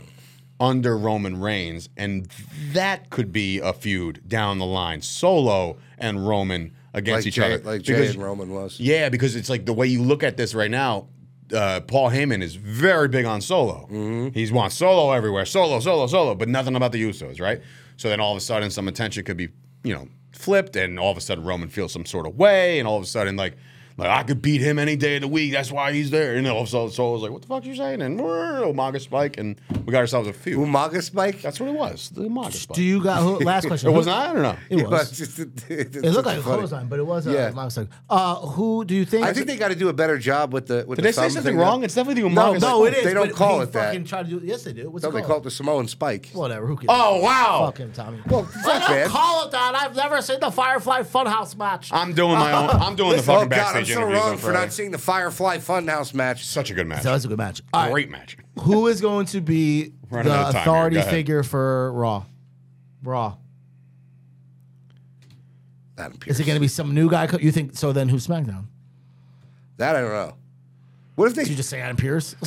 under Roman Reigns, and that could be a feud down the line. Solo and Roman against like each Jay, other, like Jay because and Roman was. yeah, because it's like the way you look at this right now. Uh, Paul Heyman is very big on solo. Mm-hmm. He's wants solo everywhere, solo, solo, solo, but nothing about the Usos, right? So then all of a sudden, some attention could be, you know, flipped, and all of a sudden Roman feels some sort of way, and all of a sudden, like Like I could beat him any day of the week. That's why he's there. You know. So so I was like, what the fuck you saying? And brr, Umaga spike, and we got ourselves a few. Umaga Spike? That's what it was. The Umaga spike. Do you got who, last question? it Who- was not. I don't know. It Well, was. it's just- it- it's It looked so like a funny. close line, but it was. Uh, Yeah. my mistake. Uh, who do you think? I think they got to do a better job with the. With Did the they say thumb something thing, though. wrong? It's definitely the No, Umaga spike. Oh, no, it is. They don't but call he it that. fucking Try to do. Yes, they do. What's No, it they called? call it the Samoan Spike. Whatever. Who cares? Oh wow. fuck him, Tommy. Well, fuck I don't that. call it that. I've never seen the Firefly Funhouse match. I'm doing my own. I'm doing the Oh fucking God, I'm backstage so interviews on wrong for Friday. not seeing the Firefly Funhouse match. Such a good match. that was a good match. All right. Great match. Who is going to be Running out the of time here. authority Go ahead. figure for Raw? Raw. Adam Pierce. Is it going to be some new guy? co- You think so? Then who's SmackDown? That I don't know. What if they? You just say Adam Pierce.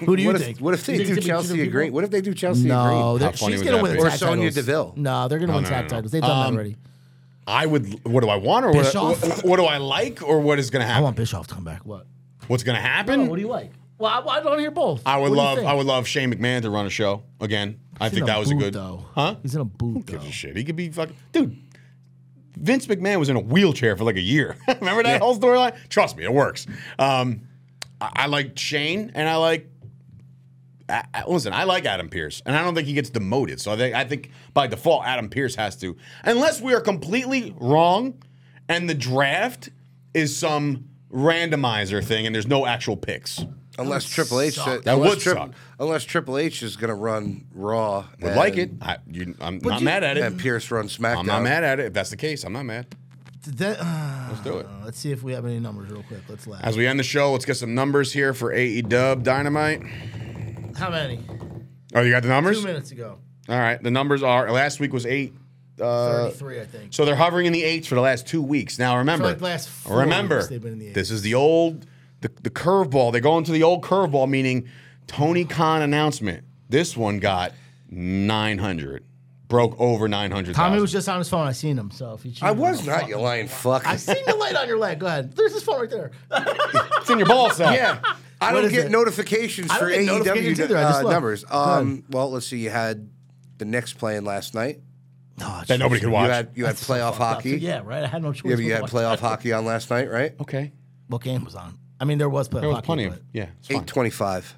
Who do you what, think? if, what if they You think do it's gonna be two Chelsea people? Green? What if they do Chelsea No, Green? they're- How funny she's would going that to win be? tag Or Sonya titles. Deville. No, they're going to win Oh, no, tag Um, no, no. titles. They've done that already. I would. What do I want, or what, Bischoff. what, what do I like, or what is going to I happen? want Bischoff to come back. What? What's going to happen? what do you like? Well, I, I don't hear both. I would What do you love. think? I would love Shane McMahon to run a show again. I He's think in that was boot, a good. though. Huh? He's in a boot though. Gives a shit. He could be fucking dude. Vince McMahon was in a wheelchair for like a year. Remember that whole storyline? Trust me, it works. Um, I, I like Shane, and I like. I, I- listen, I like Adam Pierce, and I don't think he gets demoted. So I think I think by default, Adam Pierce has to, unless we are completely wrong, and the draft is some randomizer thing, and there's no actual picks. Unless Triple H, uh, suck. That unless would Trip- suck. Unless Triple H is going to run Raw, Would and- like it. I, you, I'm not you- mad at it. and Pierce run SmackDown. I'm not mad at it. If that's the case, I'm not mad. That- uh, Let's do it. let's see if we have any numbers real quick. Let's laugh. As we end the show, let's get some numbers here for AE Dub Dynamite. How many? Oh, you got the Two numbers? All minutes ago. right. The numbers are last week was eight. Uh, Thirty-three, I think. so they're hovering in the eights for the last two weeks. Now remember, For like the last four remember, weeks, they've been in the this is the old the, the curveball. They go into the old curveball, meaning Tony Khan announcement. This one got 900, broke over 900. Tommy was just on his phone. I seen him. So if you, I was not, you lying fuck. I seen the light on your leg. Go ahead. There's his phone right there. it's in your ball sack. Yeah. I What don't is get it? notifications I for don't get notifications AEW either, I just uh, looked. numbers. Go ahead. Um, well, let's see. You had the Knicks playing last night. Oh, That nobody could watch. You had you had playoff hockey. Yeah, Yeah, right. I had no choice. but you but had to watch. playoff hockey on last night, right? okay. What game was on? I mean, there was playoff There was hockey, plenty of but- yeah. It's fine. Eight twenty-five.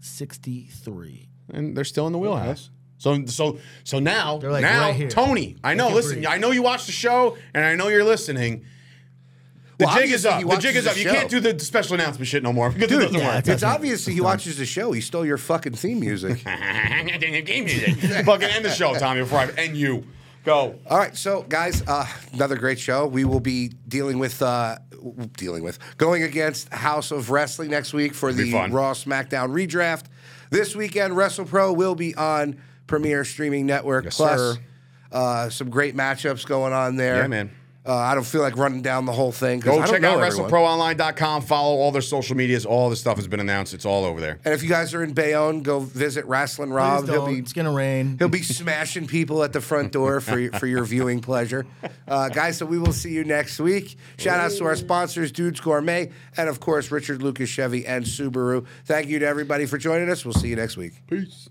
863. and they're still in the wheelhouse. So so so now like now right here. Tony, I know. can Listen, breathe. I know you watch the show, and I know you're listening. The Well, jig is obviously up. he The watches jig is the up. You show. can't do the special announcement shit no more because it doesn't yeah, work. it's a- It's obvious that he watches the show. He stole your fucking theme music. Game music. Fucking end the show, Tommy. Before I end you, go. All right, so guys, uh, another great show. We will be dealing with uh, w- dealing with going against House of Wrestling next week for be the fun. Raw SmackDown redraft. This weekend, WrestlePro will be on Premier Streaming Network. Yes, plus, sir. Uh, some great matchups going on there. Yeah, man. Uh, I don't feel like running down the whole thing. 'cause I Go don't check know out everyone. WrestleProOnline.com. Follow all their social medias. All the stuff has been announced. It's all over there. And if you guys are in Bayonne, go visit Wrestling Rob. Uh, Please He'll don't. be It's going to rain. He'll be smashing people at the front door for your, for your viewing pleasure. Uh, guys, so we will see you next week. Shout outs to our sponsors, Dudes Gourmet, and of course, Richard Lucas Chevy and Subaru. Thank you to everybody for joining us. We'll see you next week. Peace.